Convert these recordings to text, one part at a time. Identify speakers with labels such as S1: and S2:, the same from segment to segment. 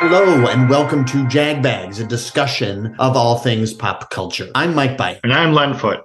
S1: Hello and welcome to Jag Bags, a discussion of all things pop culture. I'm Mike Byte.
S2: And I'm Lenfoot.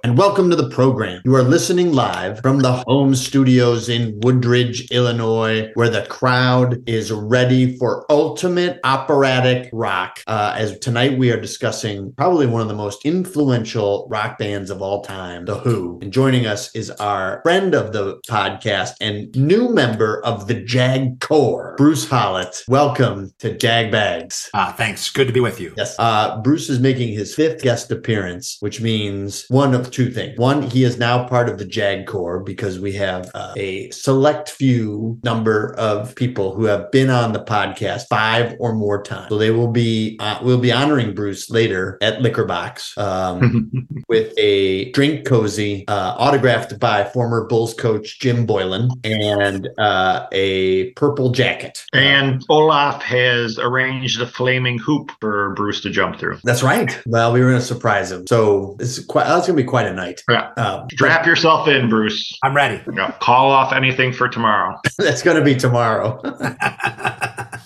S1: And welcome to the program. You are listening live from the home studios in Woodridge, Illinois, where the crowd is ready for ultimate operatic rock. Uh, as tonight we are discussing probably one of the most influential rock bands of all time, The Who. And joining us is our friend of the podcast and new member of the Jag Corps, Bruce Hollett. Welcome to Jag Bags.
S3: Ah, thanks. Good to be with you.
S1: Yes. Uh, Bruce is making his fifth guest appearance, which means one of two things. One, he is now part of the JAG Corps because we have uh, a select few number of people who have been on the podcast five or more times. So they will be, uh, we'll be honoring Bruce later at Liquor Box
S2: Mm-hmm.
S1: um, with a drink cozy uh, autographed by former Bulls coach Jim Boylan and uh, a purple jacket.
S2: and Olaf has arranged a flaming hoop for Bruce to jump through.
S1: That's right. Well, we were going to surprise him. So it's quite, that's going to be quite a night.
S2: Yeah.
S1: Um,
S2: Strap yourself in, Bruce.
S3: I'm ready.
S2: Yeah, Call off anything for tomorrow.
S1: that's going to be tomorrow.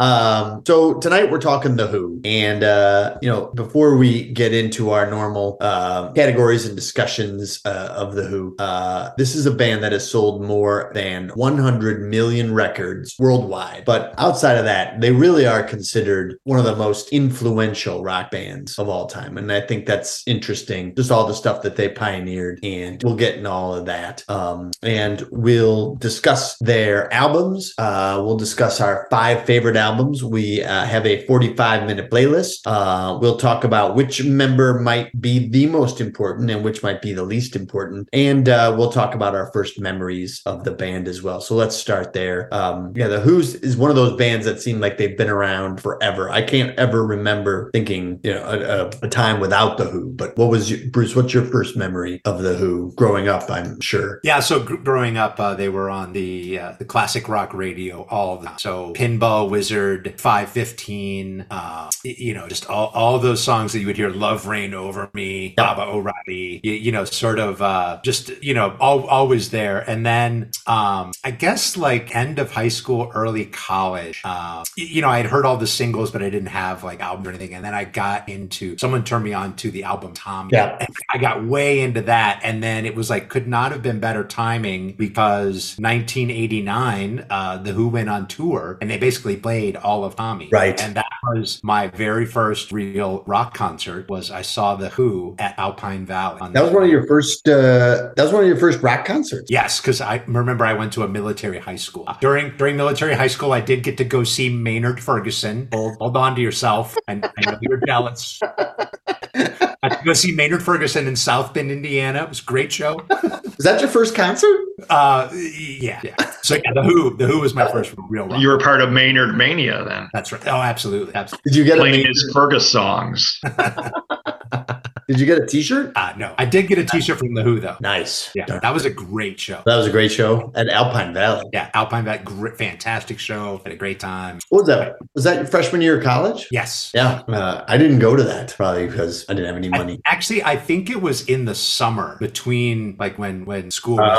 S1: um, so tonight we're talking the Who, and uh, you know, before we get into our normal um categories and discussions uh, of the Who, uh, this is a band that has sold more than 100 million records worldwide. But outside of that, they really are considered one of the most influential rock bands of all time, and I think that's interesting. Just all the stuff that they pioneered, and we'll get in all of that. Um, and we'll discuss their albums. Uh, we'll discuss our five favorite albums. We uh, have a 45 minute playlist. Uh, we'll talk about which member might be the most important and which might be the least important. And uh, we'll talk about our first memories of the band as well. So let's start there. Um, yeah, The Who's is one of those bands that seem like they've been around forever. I can't ever remember thinking, you know, a, a, a time without The Who. But what was, your, Bruce, what's your first memory of The Who growing up? I'm sure.
S3: Yeah, so gr- growing up, uh, they were on the uh, the classic rock radio all the time. So Pinball Wizard, Five Fifteen, uh, y- you know, just all, all those songs that you would hear, Love Rain Over Me, Baba O'Reilly, you, you know, sort of uh, just you know, all, always there. And then um, I guess like end of high school, early college, uh, y- you know, I had heard all the singles, but I didn't have like albums or anything. And then I got into someone turned me on to the album Tommy.
S1: Yeah.
S3: I got way into that. And then it was like, could not have been better timing because 1989, uh, The Who went on tour and they basically played all of Tommy.
S1: Right.
S3: And that was my very first real rock concert was I saw The Who at Alpine Valley. on
S1: That was one of your first. Uh, that was one of your first rock concerts.
S3: Yes, because I remember I went to a military high school. During during military high school, I did get to go see Maynard Ferguson. Hold, hold on to yourself. And I know you're jealous. I got to go see Maynard Ferguson in South Bend, Indiana. It was a great show.
S1: Was that your first concert?
S3: Uh, yeah, yeah. So yeah, the Who, the Who was my first real rock.
S2: You were part of Maynard Mania then,
S3: That's right. Oh, absolutely, absolutely.
S1: Did you get
S2: playing
S1: a,
S2: his Fergus songs.
S1: Did you get a T-shirt?
S3: Uh, no, I did get a T-shirt from the Who though.
S1: Nice.
S3: Yeah, that was a great show.
S1: That was a great show at Alpine Valley.
S3: Yeah, Alpine Vet, gr fantastic show. Had a great time.
S1: What was that? Was that your freshman year of college?
S3: Yes.
S1: Yeah. Uh, I didn't go to that probably because I didn't have any money.
S3: Actually, I think it was in the summer between like when when school
S2: Uh,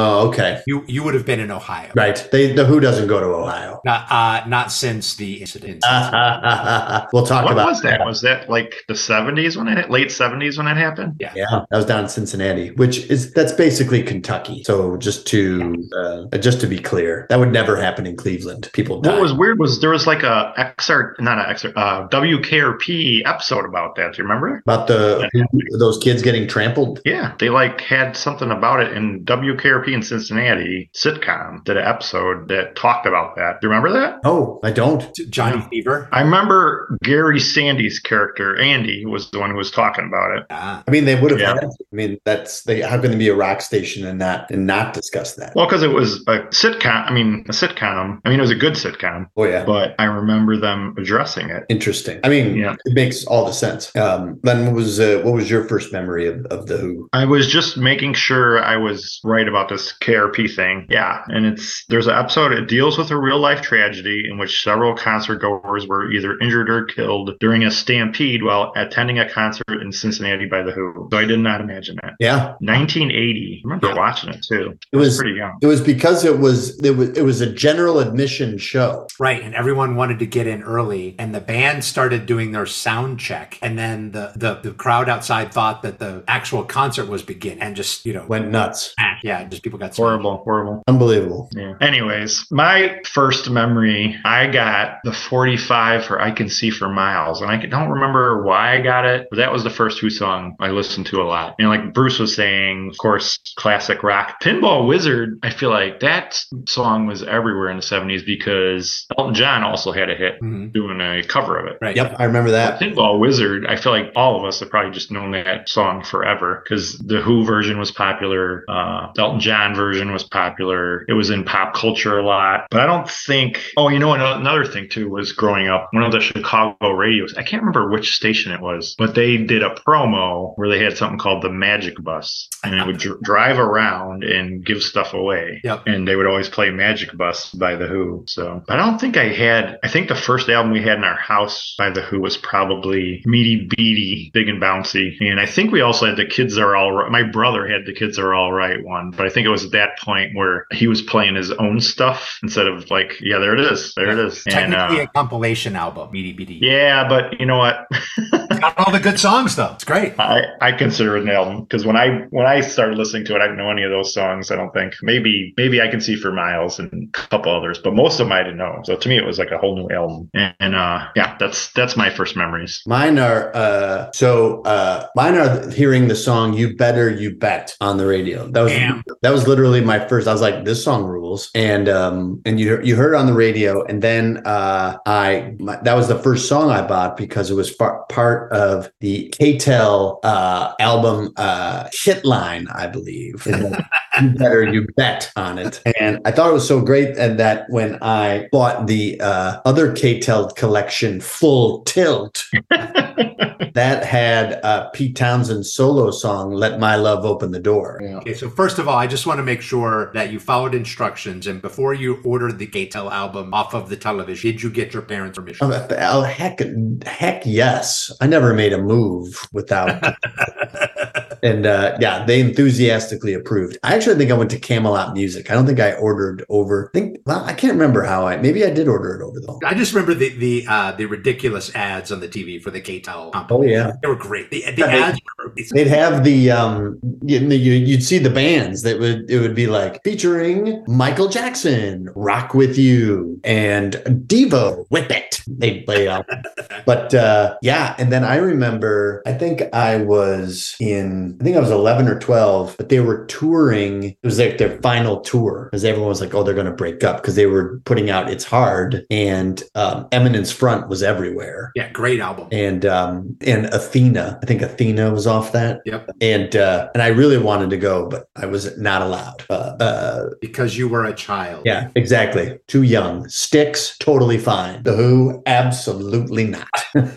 S1: Oh,
S3: was.
S1: okay.
S3: you you would have been in Ohio.
S1: Right. They the Who doesn't go to Ohio.
S3: Not uh, not since the incident.
S1: Uh, we'll talk
S2: What
S1: about
S2: was that? Was that like the 70s when it, late 70s when it happened?
S1: Yeah, that was down in Cincinnati, which is that's basically Kentucky. So just to uh, just to be clear, that would never happen in Cleveland. People die.
S2: What was weird was there was like a XR, not an XR, uh, WKRP episode about that. Do you remember? it?
S1: about the those kids getting trampled.
S2: Yeah, they like had something about it in WKRP in Cincinnati sitcom did an episode that talked about that. Do you remember that?
S1: Oh, I don't.
S3: Johnny
S2: Yeah.
S3: Fever.
S2: I remember Gary Sandy's character Andy was the one who was talking about it.
S3: Ah,
S1: I mean, they would have.
S2: Yeah.
S1: had- I mean, that's they. How can they be a rock station and not and not discuss that?
S2: Well, because it was a sitcom. I mean, a sitcom. I mean, it was a good sitcom,
S1: Oh yeah,
S2: but I remember them addressing it.
S1: interesting. I mean,
S2: Yeah.
S1: it makes all the sense. Um, Len, what was uh, what was your first memory of, of the Who?
S2: I was just making sure I was right about this KRP thing. Yeah, and it's there's an episode. It deals with a real life tragedy in which several concert goers were either injured or killed during a stampede while attending a concert in Cincinnati. Cincinnati by The Who. So I did not imagine that.
S1: Yeah,
S2: 1980. I remember
S3: Yeah.
S2: watching it too.
S1: it
S2: I was
S1: was.
S2: pretty young.
S1: It was because it was it was it was a general admission show.
S3: Right, and everyone wanted to get in early, and the band started doing their sound check, and then the the, the crowd outside thought that the actual concert was beginning, and just you know,
S1: Went nuts,
S3: yeah, just people got
S2: Horrible, horrible.
S1: unbelievable.
S2: Yeah. Anyways, my first memory, I got the 45 for I Can See for Miles. And I can- don't remember why I got it, but that was the first Who song I listened to a lot. And like Bruce was saying, of course, classic rock. Pinball Wizard, I feel like that song was everywhere in the 70s because Elton John also had a hit
S3: Mhm.
S2: doing a cover of it.
S3: Right.
S1: Yep, I remember that.
S2: Pinball Wizard, I feel like all of us have probably just known that song forever because the Who version was popular, uh, Elton John version was popular. It was in pop culture a lot, but I don't think. Oh, you know, ano- another thing too was growing up. One of the Chicago radios, I can't remember which station it was, but they did a promo where they had something called the Magic Bus, and it would dr- drive around and give stuff away.
S3: Yep.
S2: And they would always play Magic Bus by The Who. So but I don't think I had, I think the first album we had in our house by The Who was probably Meaty Beaty, Big and Bouncy. And I think we also had The Kids Are All Right. My brother had The Kids Are All Right one, but I think it was at that point where he was playing his own stuff instead of like, yeah, there it is. There it is. And,
S3: Technically,
S2: uh,
S3: a compilation album, meaty BD.
S2: yeah, but you know what?
S3: Got all the good songs though. It's great.
S2: I, I consider it an album because when I when I started listening to it, I didn't know any of those songs. I don't think maybe maybe I can see for Miles and a couple others, but most of them I didn't know. So to me, it was like a whole new album. And, and, uh, yeah, that's that's my first memories.
S1: Mine are uh so uh mine are hearing the song "You Better You Bet" on the radio. That was
S3: Damn.
S1: that was literally my first. I was like, "This song rules!" And um and you you heard it on the radio, and then uh I my, that was the first song I bought because it was far, part of the KTEL uh album uh hit line, I believe. It had, you better you bet on it, and I thought it was so great, and that when I bought the uh, other KTEL collection, Full Tilt that had uh, Pete Townsend's solo song "Let My Love Open the Door."
S3: Okay, so first of all, I just want to make sure that you followed instructions, and before you ordered the Gatel album off of the television, did you get your parents' permission?
S1: Oh, oh, heck, heck, yes! I never made a move without, and uh, yeah, they enthusiastically approved. I actually think I went to Camelot Music. I don't think I ordered over. I think well, I can't remember how I. Maybe I did order it over the phone.
S3: I just remember the the uh, the ridiculous ads on the TV for the Gatel album.
S1: Oh yeah.
S3: They were great. The, the
S1: Yeah, they-
S3: ads were it's
S1: They'd have the um, you, you- you'd see the bands that would it would be like featuring Michael Jackson, Rock with You, and Devo, Whip It. They'd play out, but uh, yeah. And then I remember, I think I was in, I think I was eleven or twelve, but they were touring. It was like their final tour because everyone was like, oh, they're gonna break up because they were putting out "It's Hard" and um, Eminence Front was everywhere
S3: yeah, great album.
S1: and um and Athena. I think Athena was off that.
S3: Yep.
S1: And uh and I really wanted to go, but I was not allowed. Uh, uh
S3: Because you were a child.
S1: yeah, exactly. Too young. Sticks, totally fine. The Who, absolutely not.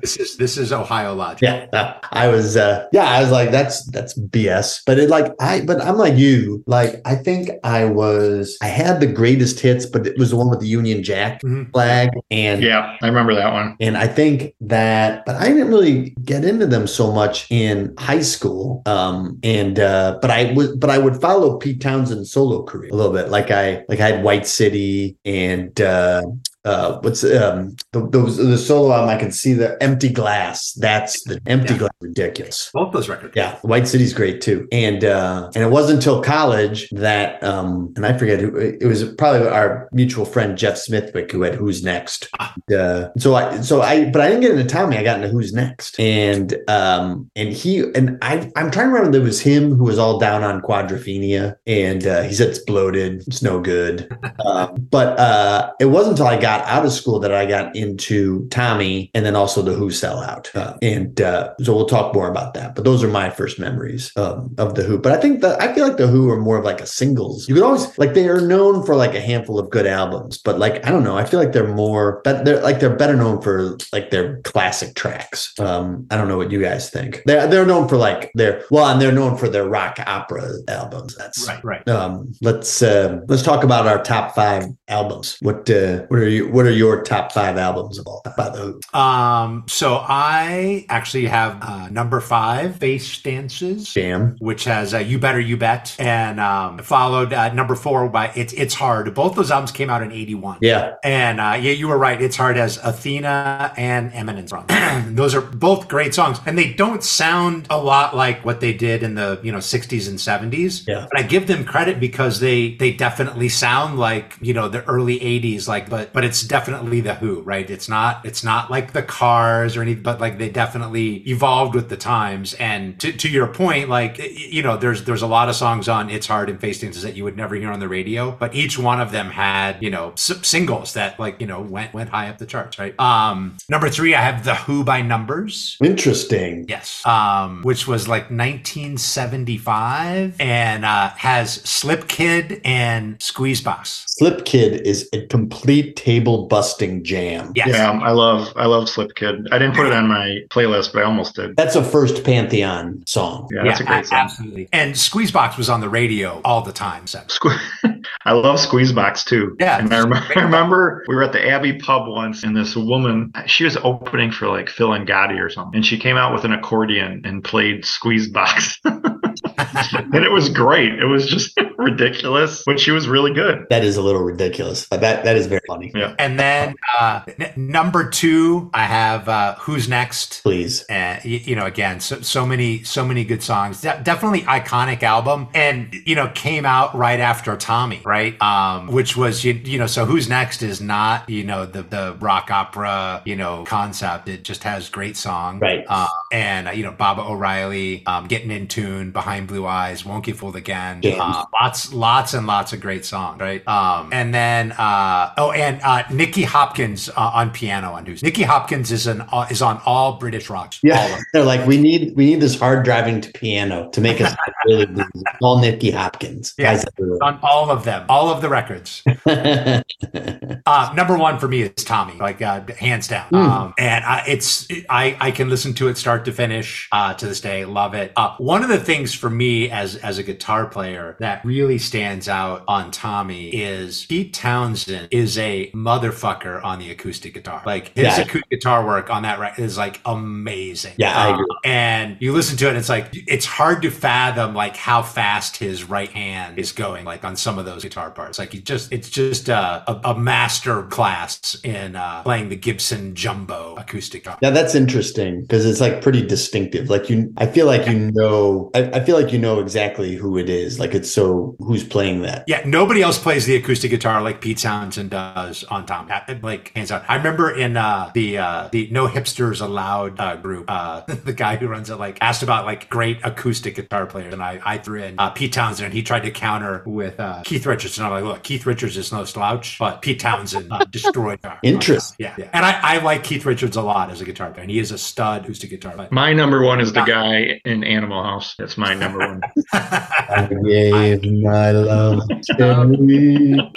S3: This is this is Ohio logic.
S1: Yeah, uh, I was. uh Yeah, I was like, that's that's BS. But it like I, but I'm like you. Like I think I was. I had the greatest hits, but it was the one with the Union Jack
S3: Mhm.
S1: flag, and
S2: Yeah, I remember that one.
S1: And I think that, but I didn't really get into them so much in high school. Um, and uh, but I would, but I would follow Pete Townsend's solo career a little bit. Like I, like I had White City and uh, uh, what's um, the, those the solo album. I can see the Empty Glass. That's the Empty
S3: Yeah.
S1: Glass. Ridiculous.
S3: Both those records.
S1: Yeah, White City's great too, and uh, and it wasn't until college that, um, and I forget who it was. Probably our mutual friend Jeff Smithwick who had Who's Next. Uh, so I, so I, but I didn't get into Tommy. I got into Who's Next, and um, and he and I, I'm trying to remember. There was him who was all down on Quadrophenia, and uh, he said it's bloated, it's no good. Uh, but uh, it wasn't until I got out of school that I got into Tommy and then also the Who sellout. Uh, and uh, so we'll talk more about that. But those are my first memories um, of the Who. But I think that I feel like the Who are more of like a singles. You could always like they are known for like a handful of good albums, but like I don't know. I feel like they're more, but they're like they're better known for like their classic tracks. Um, I don't know what you guys think. They're they're known for like their well, and they're known for their rock opera albums. That's
S3: Right, right.
S1: um let's uh let's talk about our top five albums what uh what are you you? What are your top five albums of all time by the Who?
S3: Um, so I actually have uh, number five, Face Dances,
S1: Jam.
S3: which has uh, You Better You Bet, and um, followed uh, number four by It's It's Hard. Both those albums came out in '81.
S1: Yeah,
S3: And uh, yeah, you were right. It's hard as Athena and Eminence Run. Those are both great songs, and they don't sound a lot like what they did in the you know 60s and 70s.
S1: Yeah.
S3: But I give them credit because they they definitely sound like you know the early 80s. Like, but but it's definitely the Who, right? It's not it's not like the Cars or anything, but like they definitely evolved with the times. And to, to your point, like y- you know, there's there's a lot of songs on It's Hard and Face Dances that you would never hear on the radio, but each one of them had you know s- singles that like you know went went high up the charts, right? Um, number three, I have the Who by Numbers.
S1: interesting.
S3: Yes. Um, which was like 1975 and uh, has Slip Kid and Squeezebox.
S1: Slip Kid is a complete table busting jam.
S3: Yes.
S2: Yeah, I love I love Slip Kid. I didn't put it on my playlist, but I almost did.
S1: That's a first Pantheon song.
S2: Yeah, that's a great
S3: a-
S2: song.
S3: absolutely. And Squeezebox was on the radio all the time. So.
S2: Sque- I love Squeezebox too.
S3: Yeah.
S2: And I remember, I remember we were at the Abbey pub once, and this woman, she was opening for like Phil and Gotti or something, and she came out with an accordion and played Squeezebox. and it was great. It was just ridiculous, but she was really good.
S1: That is a little ridiculous. but That that is very funny.
S3: And then uh, n- number two, I have uh, Who's Next.
S1: Please.
S3: And y- you know, again, so, so many, so many good songs. De- definitely iconic album, and you know, came out right after Tommy, right? Um, which was you, you know, so Who's Next is not you know the the rock opera you know concept. It just has great songs,
S1: Right.
S3: Uh, and uh, you know, Baba O'Reilly, um, getting in tune, behind blue eyes, won't get fooled again.
S1: Jams.
S3: Uh, lots, lots and lots of great songs, right? Um, and then uh, oh, and uh, Nicky Hopkins uh, on piano on who's Nicky Hopkins is an uh, is on all British rocks. all
S1: Yeah,
S3: of
S1: they're like we need we need this hard driving to piano to make us really bluesy. all Nicky Hopkins.
S3: Yeah.
S1: Guys that do
S3: on all of them, all of the records.
S1: it.
S3: Uh, number one for me is Tommy, like uh, hands down.
S1: Mm.
S3: Um, and I, it's I I can listen to it start to finish uh, to this day. Love it. Uh, one of the things for me as as a guitar player that really stands out on Tommy is Pete Townsend is a motherfucker on the acoustic guitar. Like his
S1: Yeah.
S3: acoustic guitar work on that record is like amazing.
S1: Yeah, I
S3: Uh,
S1: agree.
S3: and you listen to it, and it's like it's hard to fathom like how fast his right hand is going, like on some of those guitar parts. Like he just, it's just uh, a, a master class in uh, playing the Gibson jumbo acoustic guitar.
S1: Now that's interesting because it's like pretty distinctive. Like you, I feel like you know. I, I feel like you know exactly who it is. Like it's so who's playing that.
S3: Yeah, nobody else plays the acoustic guitar like Pete Townsend does on Tom. Uh, Like hands on. I remember in uh, the uh, the No Hipsters Allowed uh, group, uh, the guy who runs it like asked about like great acoustic guitar players, and I, I threw in uh, Pete Townsend, and he tried to counter with uh, Keith Richards, and I'm like, look, Keith Richards is no slouch, but Pete Townsend uh, destroyed. our-
S1: Interest.
S3: Yeah, yeah, and I, I like Keith Richards a lot as a guitar player. And he is a stud acoustic guitar player.
S2: My number one is the guy in Animal House. That's my number one.
S1: I gave my love to you.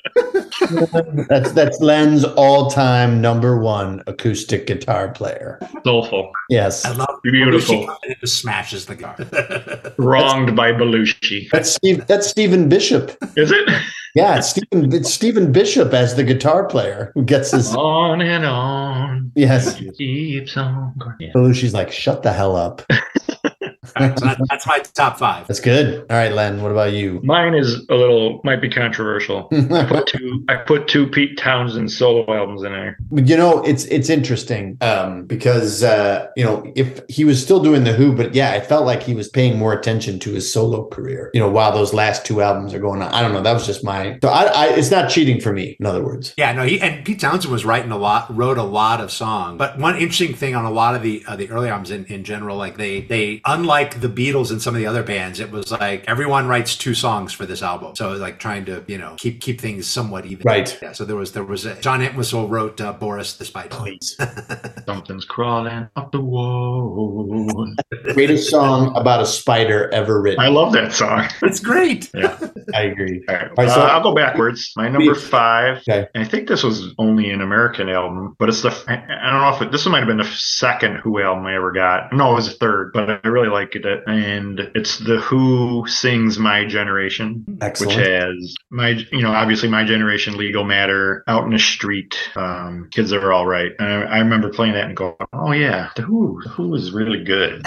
S1: That's that's Len's all time number one acoustic guitar player.
S2: Soulful,
S1: Yes.
S3: I love
S2: beautiful,
S3: It just smashes the guitar.
S2: wronged by Belushi.
S1: That's Steve, that's Stephen Bishop.
S2: Is it?
S1: Yeah, it's Stephen it's Stephen Bishop as the guitar player who gets his
S2: On and on.
S1: yes.
S2: Keeps on going. Yeah.
S1: Belushi's like, shut the hell up.
S3: so that, that's my top five.
S1: That's good. All right, Len, what about you?
S2: Mine is a little might be controversial.
S1: Hmm.
S2: I put two I put two Pete Townsend solo albums in there.
S1: you know it's it's interesting um because uh you know if he was still doing the who but yeah it felt like he was paying more attention to his solo career you know while those last two albums are going on i don't know that was just my so i, I it's not cheating for me in other words
S3: Yeah, no, he and Pete Townsend was writing a lot, wrote a lot of songs. But one interesting thing on a lot of the uh, the early albums in, in general, like they they unlike the Beatles and some of the other bands, it was like everyone writes two songs for this album. So like trying to you know keep keep things somewhat even.
S1: Right.
S3: Yeah. So there was there was a, John Entwistle wrote uh, Boris the Spider.
S2: Something's crawling up the wall.
S1: Greatest song about a spider ever written.
S2: I love that song.
S3: It's great.
S2: Yeah.
S1: I agree.
S2: All right.
S1: All right, so-
S2: uh, I'll go backwards. My number five,
S1: Okay.
S2: and I think this was only an American album, but it's the, I I don't know if it, this might have been the second Who album I ever got. No, it was the third, but I really liked it. And it's The Who Sings My Generation.
S1: Excellent.
S2: Which has my, you know, obviously my generation, legal matter, out in the street, um, kids are all right. And I, I remember playing that and going, oh yeah, the Who, the Who is really good.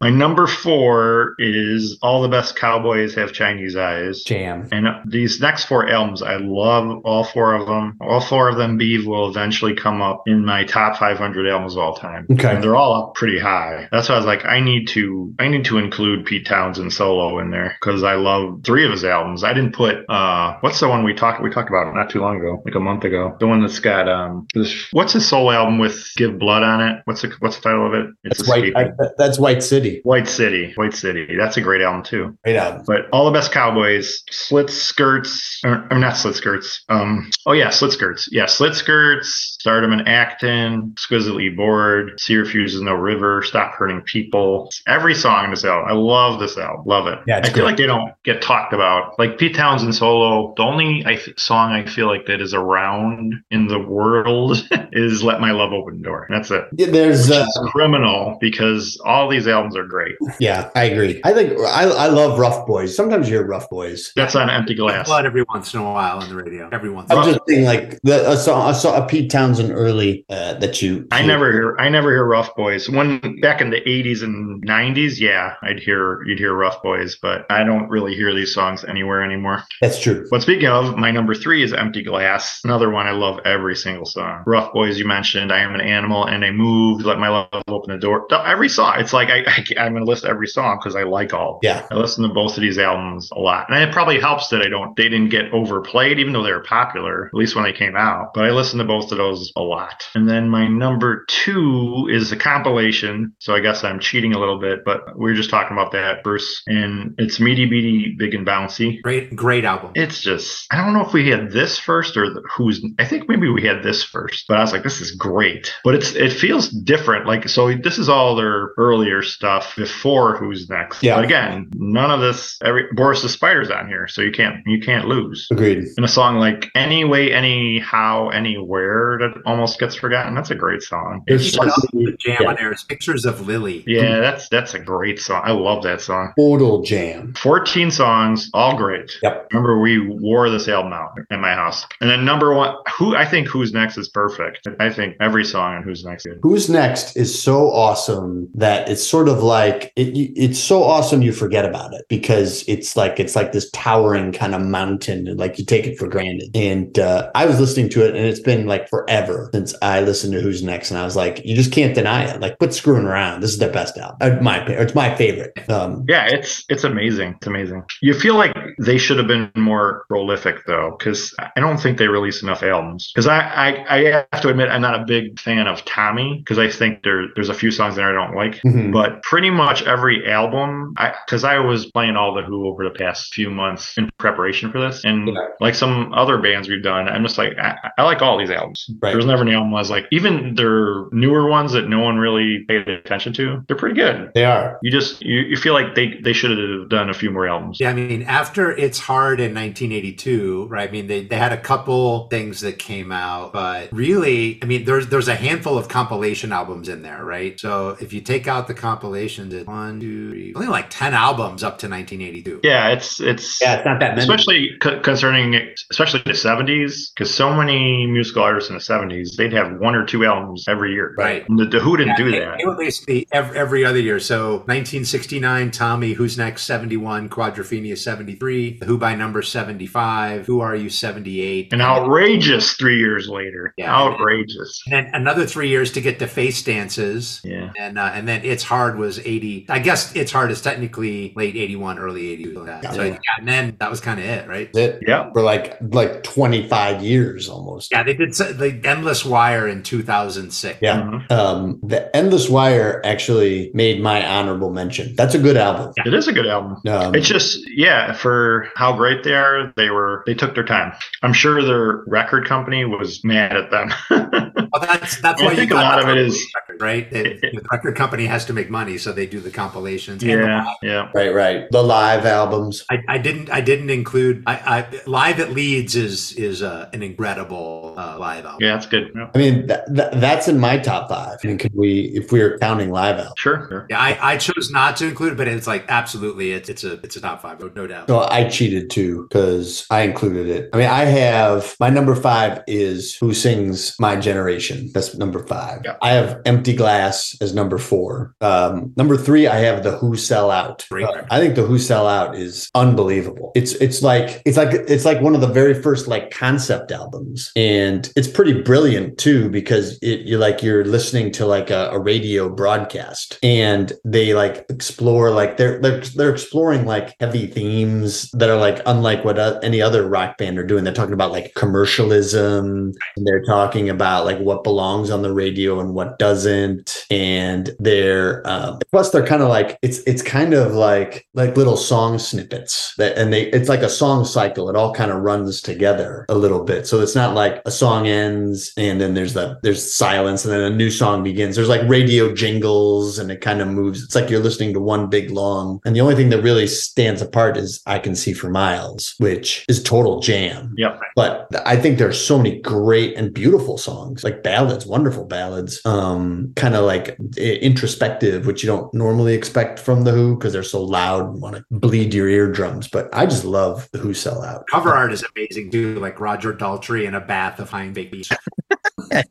S2: My number four is all the best cowboys have Chinese eyes.
S1: Jam.
S2: And these next four albums, I love all four of them. All four of them, Beeve, will eventually come up in my top 500 albums of all time.
S1: Okay.
S2: And they're all up pretty high. That's why I was like, I need to, I need to include Pete Townsend solo in there because I love three of his albums. I didn't put, uh, what's the one we talked, we talked about it not too long ago, like a month ago. The one that's got, um, this, what's his solo album with Give Blood on it? What's the, what's the title of it?
S1: That's
S2: escaping-
S1: white. I, that's White City.
S2: White City, White City. That's a great album too.
S1: Right on.
S2: But all the best cowboys, slit skirts, or, or not slit skirts. Um, oh yeah, slit skirts. Yeah, slit skirts. Stardom in Acton, exquisitely bored. Syracuse is no river. Stop hurting people. Every song in this album, I love this album, love it.
S1: Yeah,
S2: I
S1: it's
S2: feel
S1: great.
S2: like they don't get talked about. Like Pete Townsend solo, the only I th- song I feel like that is around in the world is "Let My Love Open the Door." And that's it.
S1: Yeah, there's.
S2: Which
S1: Uh,
S2: is criminal because all these albums are great.
S1: yeah, I agree. I think I, I love Rough Boys. Sometimes you're Rough Boys.
S2: That's on Empty
S3: Blood
S2: Glass.
S3: every once in a while on the radio. Every once in a
S1: I'm
S3: while.
S1: just saying, like the, I saw I saw a Pete Townsend early uh, that you.
S2: I never hear I never hear Rough Boys. When back in the 80s and 90s, yeah, I'd hear you'd hear Rough Boys, but I don't really hear these songs anywhere anymore.
S1: That's true.
S2: But speaking of, my number 3 is Empty Glass. Another one I love every single song. Rough Boys you mentioned, I am an animal and I moved, let my love open the door. No, Every song, it's like I, I am going to list every song cuz I like all. of them.
S1: Yeah.
S2: I listen to both of these albums a lot, and it probably helps that I don't. They didn't get overplayed, even though they were popular, at least when they came out. But I listened to both of those a lot. And then my number two is the compilation. So I guess I'm cheating a little bit, but we were just talking about that, Bruce, and it's Meaty Beaty Big and Bouncy.
S3: Great, great album.
S2: It's just I don't know if we had this first or the, who's I think maybe we had this first, but I was like, this is great. But it's it feels different. Like so, this is all their earlier stuff before Who's Next.
S1: Yeah.
S2: But again, none of this. Every Boris the Spider's on here, so you can't you can't lose.
S1: Agreed.
S2: In a song like Any Way, Anyhow, Anywhere that almost gets forgotten. That's a great song.
S1: There's
S3: It's just
S1: something-
S3: the jam on there is pictures of Lily.
S2: Yeah, that's that's a great song. I love that song.
S1: Total jam.
S2: 14 songs, all great.
S1: Yep.
S2: Remember, we wore this album out at my house. And then number one, who I think Who's Next is perfect. I think every song on Who's Next is good.
S1: Who's next is so awesome that it's sort of like it, you- it's so awesome you forget about it because it's like it's like this towering kind of mountain and like you take it for granted. And uh, I was listening to it and it's been like forever since I listened to Who's Next and I was like you just can't deny it. Like quit screwing around. This is their best album. Uh, My pa- it's my favorite. Um,
S2: Yeah, it's it's amazing. It's amazing. You feel like they should have been more prolific though, because I don't think they release enough albums. Because I, I I have to admit I'm not a big fan of Tommy because I think there there's a few songs in there I don't like.
S1: mhm.
S2: But pretty much every album, because I, was playing all the Who over the past few months in preparation for this, and
S1: Yeah.
S2: like some other bands we've done, I'm just like, I, I like all these albums.
S1: Right.
S2: There's never an album I was like, even their newer ones that no one really paid attention to, they're pretty good.
S1: They are.
S2: You just you, you feel like they they should have done a few more albums.
S3: Yeah, I mean, after It's Hard in 1982, right? I mean, they, they had a couple things that came out, but really, I mean, there's there's a handful of compilation albums in there, right? So if you take out the compilations, it's one, two, three, only like 10 albums up to 1982.
S2: Yeah, it's it's
S1: Yeah, it's not that many.
S2: especially co- concerning especially the 70s because so many musical artists in the 70s they'd have one or two albums every year
S3: Right.
S2: the, the who didn't
S3: Yeah,
S2: do
S3: they-
S2: that
S3: They released the every, every other year. So 1969, Tommy, Who's Next, 71, Quadrophenia, 73, The Who by Number, 75, Who Are You, 78.
S2: And outrageous three years later.
S3: Yeah.
S2: Outrageous.
S3: And then another three years to get to Face Dances.
S2: Yeah.
S3: And uh, and then it's hard was eighty. I guess it's hard is technically late eighty one, early eighty.
S1: Yeah.
S3: So yeah, and then that was kind of it, right?
S1: That's it
S2: Yep.
S1: for like like 25 years almost.
S3: Yeah, they did so, the endless wire in two thousand six.
S1: Yeah.
S2: Mhm.
S1: Um, the Endless Wire actually made my honorable mention. That's a good album.
S2: It is a good album.
S1: Um,
S2: It's just, yeah, for how great they are, they were they took their time. I'm sure their record company was mad at them.
S3: Well, that's that's
S2: I
S3: why you
S2: think a
S3: got
S2: lot
S3: the
S2: of it is-
S3: record. record, right? It, the record company has to make money, so they do the compilations. and the
S2: Yeah, yeah.
S1: Right, right. The live albums.
S3: I, I didn't. I didn't include. I, I live at Leeds is is uh, an incredible uh, live album.
S2: Yeah, that's good. Yeah.
S1: I mean, that, that, that's in my top five. I mean, could we, if we were counting live albums.
S2: Sure. sure.
S3: Yeah, I, I chose not to include, it, but it's like absolutely, it's it's a it's a top five, no, no doubt.
S1: So I cheated too because I included it. I mean, I have my number five is Who Sings My Generation. That's number five.
S2: Yeah.
S1: I have Empty Glass as number four. Um, number three, I have the Who Sell Out.
S3: Great.
S1: Uh, I think the Who Sell Out is unbelievable. It's it's like it's like it's like one of the very first like concept albums, and it's pretty brilliant too because it you like you're listening to like a, a radio broadcast, and they like explore like they're they're they're exploring like heavy themes that are like unlike what uh, any other rock band are doing. They're talking about like commercialism, and they're talking about like what belongs on the radio and what doesn't and they're um, plus they're kind of like it's it's kind of like like little song snippets that and they it's like a song cycle it all kind of runs together a little bit so it's not like a song ends and then there's the there's silence and then a new song begins there's like radio jingles and it kind of moves it's like you're listening to one big long and the only thing that really stands apart is i can see for miles which is total jam
S2: Yep.
S1: but th- I think there's so many great and beautiful songs, like ballads, wonderful ballads, um, kind of like i- introspective, which you don't normally expect from the Who because they're so loud and want to bleed your eardrums. But I just love the Who sell out.
S3: Cover art is amazing too, like Roger Daltrey in a bath of Hein Baked Beans.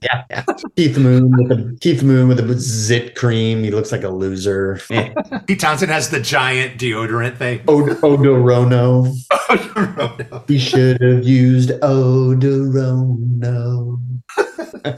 S1: yeah, yeah. Keith Moon with the Keith Moon with the zit cream. He looks like a loser.
S3: Pete Townsend has the giant deodorant thing.
S1: Od- Odorono.
S3: Oh, no.
S1: He should have used Odorono. oh,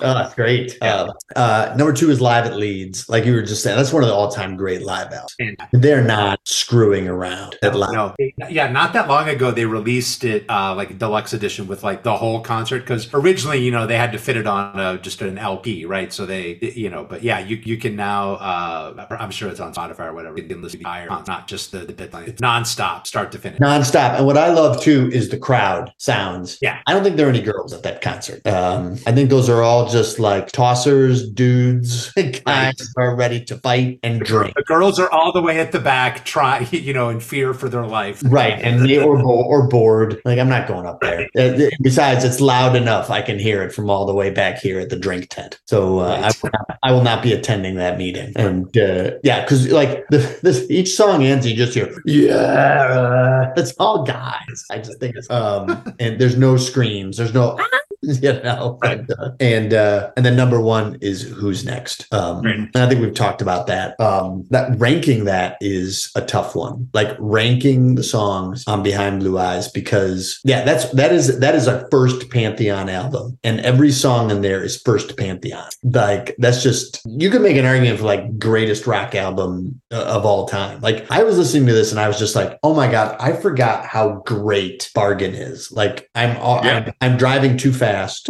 S1: that's great. Uh, uh, number two is live at Leeds. Like you were just saying, that's one of the all-time great live outs. They're not screwing around at live.
S3: No, yeah, not that long ago they released it uh, like deluxe edition with like the whole concert because originally you know they had to fit it on uh, just an LP, right? So they you know, but yeah, you you can now uh, I'm sure it's on Spotify or whatever. You can listen to the entire concert, not just the the bit line. It's nonstop, start to finish.
S1: Nonstop. And what I love too is the crowd sounds.
S3: Yeah.
S1: I don't think there are any girls at that concert. Um, I think those are all just like tossers, dudes, guys who are ready to fight and drink.
S3: The girls are all the way at the back, try you know, in fear for their life.
S1: Right, and they or bo- or bored. Like I'm not going up there. Uh, th- Besides, it's loud enough. I can hear it from all the way back here at the drink tent. So uh, I, will not, I will not be attending that meeting. And uh, yeah, because like the, this, each song ends, you just hear yeah. It's all guys. I just think it's um, and there's no screams. There's no. "Ah," You know, and uh, and, uh, and then number one is who's next. Um,
S2: Right.
S1: and I think we've talked about that. Um, that ranking that is a tough one. Like ranking the songs on Behind Blue Eyes because yeah, that's that is that is a first Pantheon album, and every song in there is first Pantheon. Like that's just you could make an argument for like greatest rock album uh, of all time. Like I was listening to this and I was just like, oh my god, I forgot how great Bargain is. Like I'm all,
S2: Yeah.
S1: I'm, I'm driving too fast.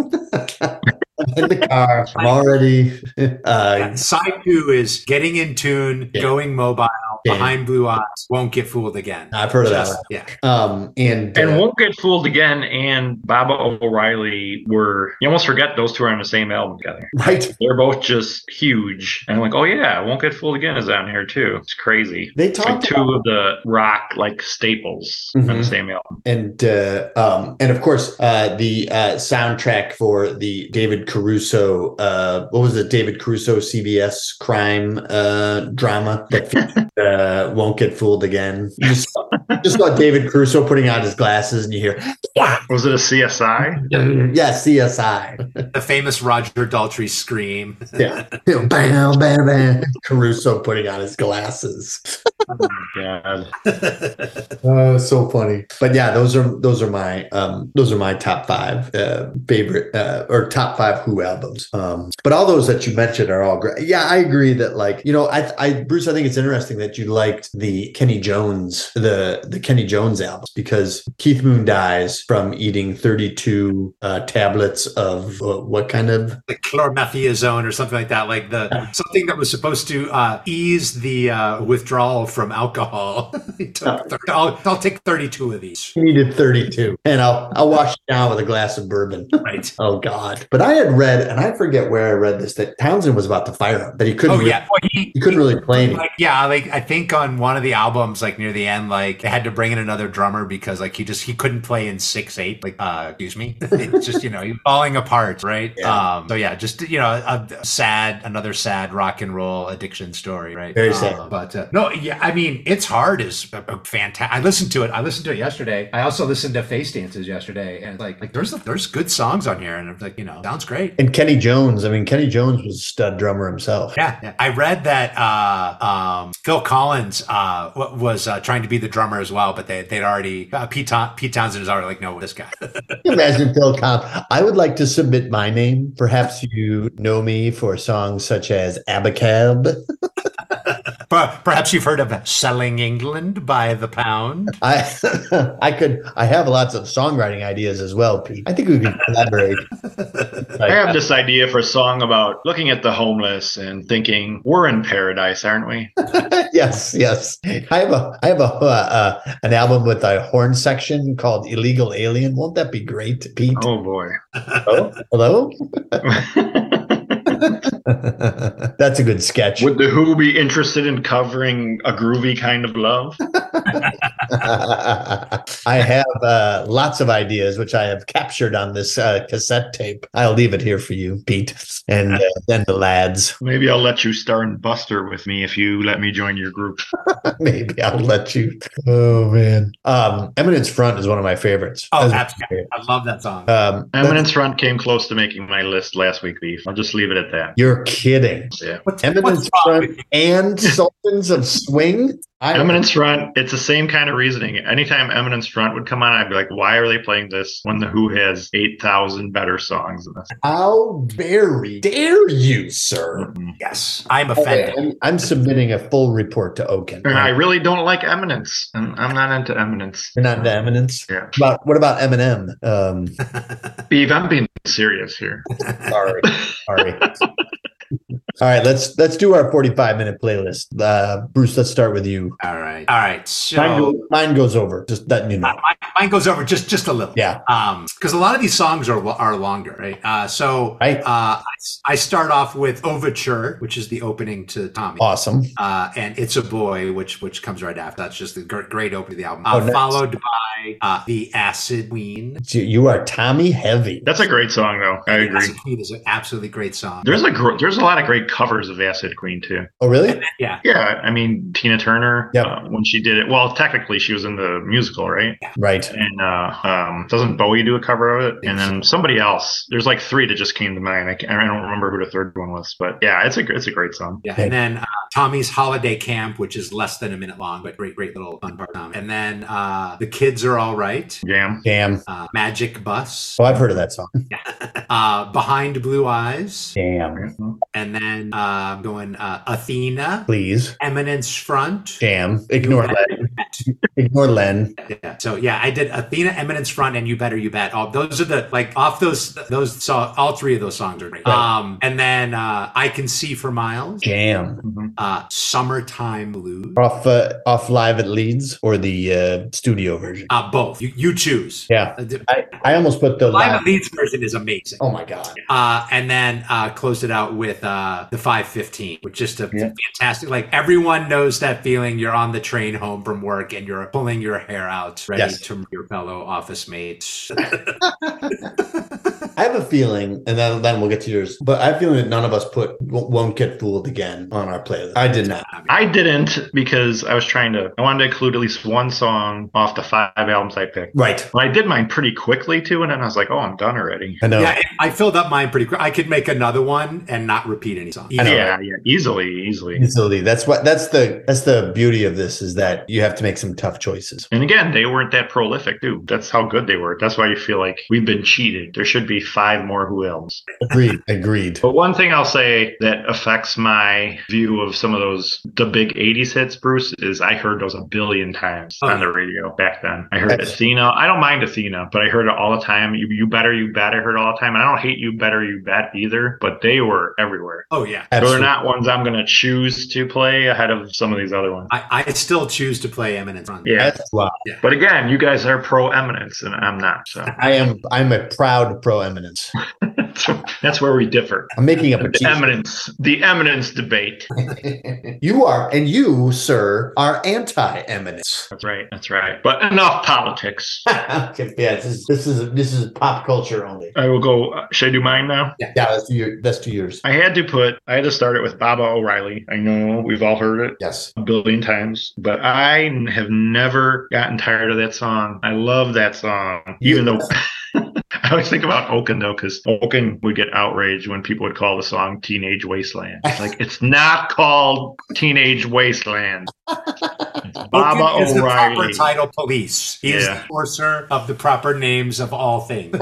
S1: I'm in the car. I'm already uh,
S3: Yeah, Side two is getting in tune,
S1: Yeah.
S3: going mobile,
S1: Yeah.
S3: behind blue eyes, won't get fooled again.
S1: I've heard of that.
S3: Just-
S1: one.
S3: yeah.
S1: Um, and uh,
S2: And won't get fooled again. And Baba O'Reilly were you almost forget those two are on the same album together.
S1: right,
S2: They're both just huge. And like, oh yeah, won't get fooled again is on here too. It's crazy.
S1: they
S2: It's like
S1: talked
S2: two
S1: about,
S2: of the rock like staples on
S1: Mhm.
S2: the same album.
S1: and uh, um, and of course uh, the uh, soundtrack for the David Caruso uh, what was it David Caruso CBS crime uh, drama that featured, uh, won't get fooled again. You just, saw- just saw David Caruso putting on his glasses, and you hear
S2: Was it a CSI?
S1: yeah CSI
S3: The famous Roger Daltrey scream.
S1: yeah bam bam bam Caruso putting on his glasses.
S2: Oh yeah.
S1: Uh, so funny. But yeah, those are those are my um those are my top five uh favorite uh or top five Who albums. Um but all those that you mentioned are all great. Yeah, I agree that like, you know, I I Bruce, I think it's interesting that you liked the Kenny Jones, the the Kenny Jones albums because Keith Moon dies from eating 32 uh tablets of uh, what kind of
S3: the chlormethiazone or something like that, like the something that was supposed to uh, ease the uh, withdrawal from alcohol. He took 30 I'll, I'll take 32 of these.
S1: He needed 32, and I'll I'll wash it down with a glass of bourbon.
S3: Right.
S1: Oh God! But I had read, and I forget where I read this, that Townsend was about to fire him, that he couldn't.
S3: Oh,
S1: really,
S3: yeah.
S1: he couldn't really play anymore.
S3: Like, yeah, like I think on one of the albums, like near the end, like they had to bring in another drummer because like he just he couldn't play in six eight. Like, uh, excuse me, it's just you know he's falling apart, right?
S1: Yeah.
S3: Um, so yeah, just you know a, a sad, another sad rock and roll addiction story, right?
S1: Very
S3: Um,
S1: sad.
S3: but uh, no, yeah, I mean it's hard is a, fantastic. I listened to it. I listened to it yesterday. I also listened to Face Dances yesterday, and like like there's there's good songs on here, and I'm like you know sounds great.
S1: And Kenny Jones, I mean, Kenny Jones was a stud drummer himself.
S3: Yeah, yeah. I read that uh, um, Phil Collins uh, wa- was uh, trying to be the drummer as well, but they, they'd already uh, Pete, Ton- Pete Townsend is already like, no, this guy.
S1: Can you Imagine Phil Cobb. I would like to submit my name. Perhaps you know me for songs such as Abacab.
S3: Per- Perhaps you've heard of "Selling England by the Pound."
S1: I I could I have lots of songwriting ideas as well, Pete. I think we could collaborate.
S2: I
S1: Like,
S2: have this idea for a song about looking at the homeless and thinking we're in paradise, aren't we?
S1: yes, yes. I have a I have a uh, uh, an album with a horn section called Illegal Alien. Won't that be great, Pete?
S2: Oh boy.
S1: Hello.
S2: Would
S1: That's a good sketch.
S2: the Who be interested in covering a groovy kind of love?
S1: I have uh, lots of ideas which I have captured on this uh, cassette tape. I'll leave it here for you, Pete, and uh, and the lads.
S2: Maybe I'll let you star in Buster with me if you let me join your group.
S1: Maybe I'll let you. Oh man, um, Eminence Front is one of my favorites.
S3: Oh,
S1: That's-
S3: absolutely! I love that song.
S1: Um, that's-
S2: Eminence Front came close to making my list last week, Beef. I'll just leave it at that.
S1: You're kidding.
S2: Yeah.
S3: What's,
S1: Eminence
S3: what's wrong with
S1: Front and Sultans of Swing. I,
S2: Eminence Front, it's the same kind of reasoning. Anytime Eminence Front would come on, I'd be like, why are they playing this when The Who has 8,000 better songs than this?
S1: how very dare you, sir?
S3: you? Yes, I'm offended.
S1: I'm, I'm submitting a full report to Oaken.
S2: And I really don't like Eminence, and I'm not into Eminence.
S1: You're not into Eminence.
S2: Yeah.
S1: About what about Eminem? Um,
S2: Beef, I'm being serious here.
S1: sorry, sorry. All right, let's let's do our forty-five minute playlist. Uh, Bruce, let's start with you.
S3: All right, all right.
S1: Mine,
S3: So uh,
S1: go, mine goes over. Just letting you know.
S3: mine goes over just just a little.
S1: Yeah.
S3: um because a lot of these songs are are longer right uh so
S1: Right.
S3: uh I, I start off with overture which is the opening to tommy
S1: Awesome.
S3: uh and it's a boy which which comes right after that's just the gr- great opening of the album uh,
S1: Oh, nice.
S3: followed by uh the acid queen
S1: You- You are Tommy Heavy.
S2: That's a great song, though. I agree.
S3: acid queen is an absolutely great song
S2: There's a gr- there's a lot of great covers of Acid Queen too.
S1: Oh, really?
S3: yeah
S2: Yeah, I mean Tina Turner
S1: Yep.
S2: uh, when she did it. Well, technically she was in the musical, right?
S1: Right.
S2: And uh, um, doesn't Bowie do a cover of it? And then somebody else. There's like three that just came to mind. I, can't, I don't remember who the third one was, but yeah, it's a gr- it's a great song.
S3: yeah, and then uh, Tommy's Holiday Camp, which is less than a minute long, but great, great little fun part. Um, and then uh, the kids are all right.
S2: Jam.
S1: Damn.
S3: Uh, Magic Bus,
S1: Oh, I've heard of that song.
S3: uh, Behind Blue Eyes,
S1: Damn.
S3: and then uh, I'm going uh, Athena,
S1: Please.
S3: Eminence Front.
S1: Damn. Ignore
S3: You
S1: Len. Ignore Len.
S3: Yeah. So yeah, I did Athena, Eminence Front, and You Better You Bet. All those are the like off those those so all three of those songs are great.
S1: Right.
S3: Um, and then uh, I Can See for Miles,
S1: Jam.
S2: Mhm.
S3: uh, Summertime Blues.
S1: Off uh, off live at Leeds or the uh, studio version.
S3: Uh, both you, you choose.
S1: Yeah.
S3: Uh, the-
S1: I, I almost put the
S3: Live
S1: live.
S3: at Leeds version is amazing.
S1: Oh my god.
S3: Uh, and then uh, closed it out with uh, the 515, which just a
S2: Yeah.
S3: fantastic. Like everyone knows that feeling. You're on the train home from work and you're pulling your hair out, ready
S1: Yes.
S3: to your fellow office mates.
S1: I have a feeling, and then, then we'll get to yours. But I have a feeling that none of us put won't won't get fooled again on our playlist. I did not.
S2: I didn't because I was trying to. I wanted to include at least one song off the five albums I picked.
S1: Right.
S2: But I did mine pretty quickly too, and then I was like, oh, I'm done already.
S1: I know.
S3: Yeah, I filled up mine pretty quick. I could make another one and not repeat any song.
S1: I know.
S2: Yeah, yeah, easily, easily.
S1: Easily. That's what. That's the. That's the beauty of this is that you have to make some tough choices.
S2: And again, they weren't that prolific, too. That's how good they were. That's why you feel like we've been cheated. There should be five more Who Ills.
S1: Agreed. Agreed.
S2: But one thing I'll say that affects my view of some of those the big '80s hits, Bruce, is I heard those a billion times
S3: Oh,
S2: on the
S3: yeah.
S2: radio back then. I heard
S1: That's-
S2: Athena. I don't mind Athena, but I heard it all the time. You, you better, you bet. I heard it all the time, and I don't hate you better, you bet either. But they were everywhere.
S3: Oh yeah.
S2: They're
S1: Absolutely.
S2: not ones I'm going to choose to play ahead of some of these other ones.
S3: I, I still choose to play Eminence Run.
S2: Yeah.
S1: That's why
S2: But again, you guys are pro eminence, and I'm not. So
S1: I am. I'm a proud pro eminence.
S2: that's where we differ.
S1: I'm making up a
S2: The
S1: t-shirt.
S2: eminence, the eminence debate.
S1: You are, and you, sir, are anti-eminence.
S2: That's right. That's right. But enough politics.
S1: okay, yeah, this is this is this is pop culture only.
S2: I will go. uh, Should I do mine now?
S1: Yeah, that's your that's two years.
S2: I had to put. I had to start it with Baba O'Reilly. I know we've all heard it.
S1: Yes,
S2: a billion times, but I n- have never gotten tired of that song. I love that song, even though I always think about Oaken though, because Oaken would get outraged when people would call the song "Teenage Wasteland." It's like it's not called "Teenage Wasteland." It's Baba
S3: Oaken is the proper
S2: O'Reilly,
S3: title police. He is
S2: Yeah.
S3: the enforcer of the proper names of all things.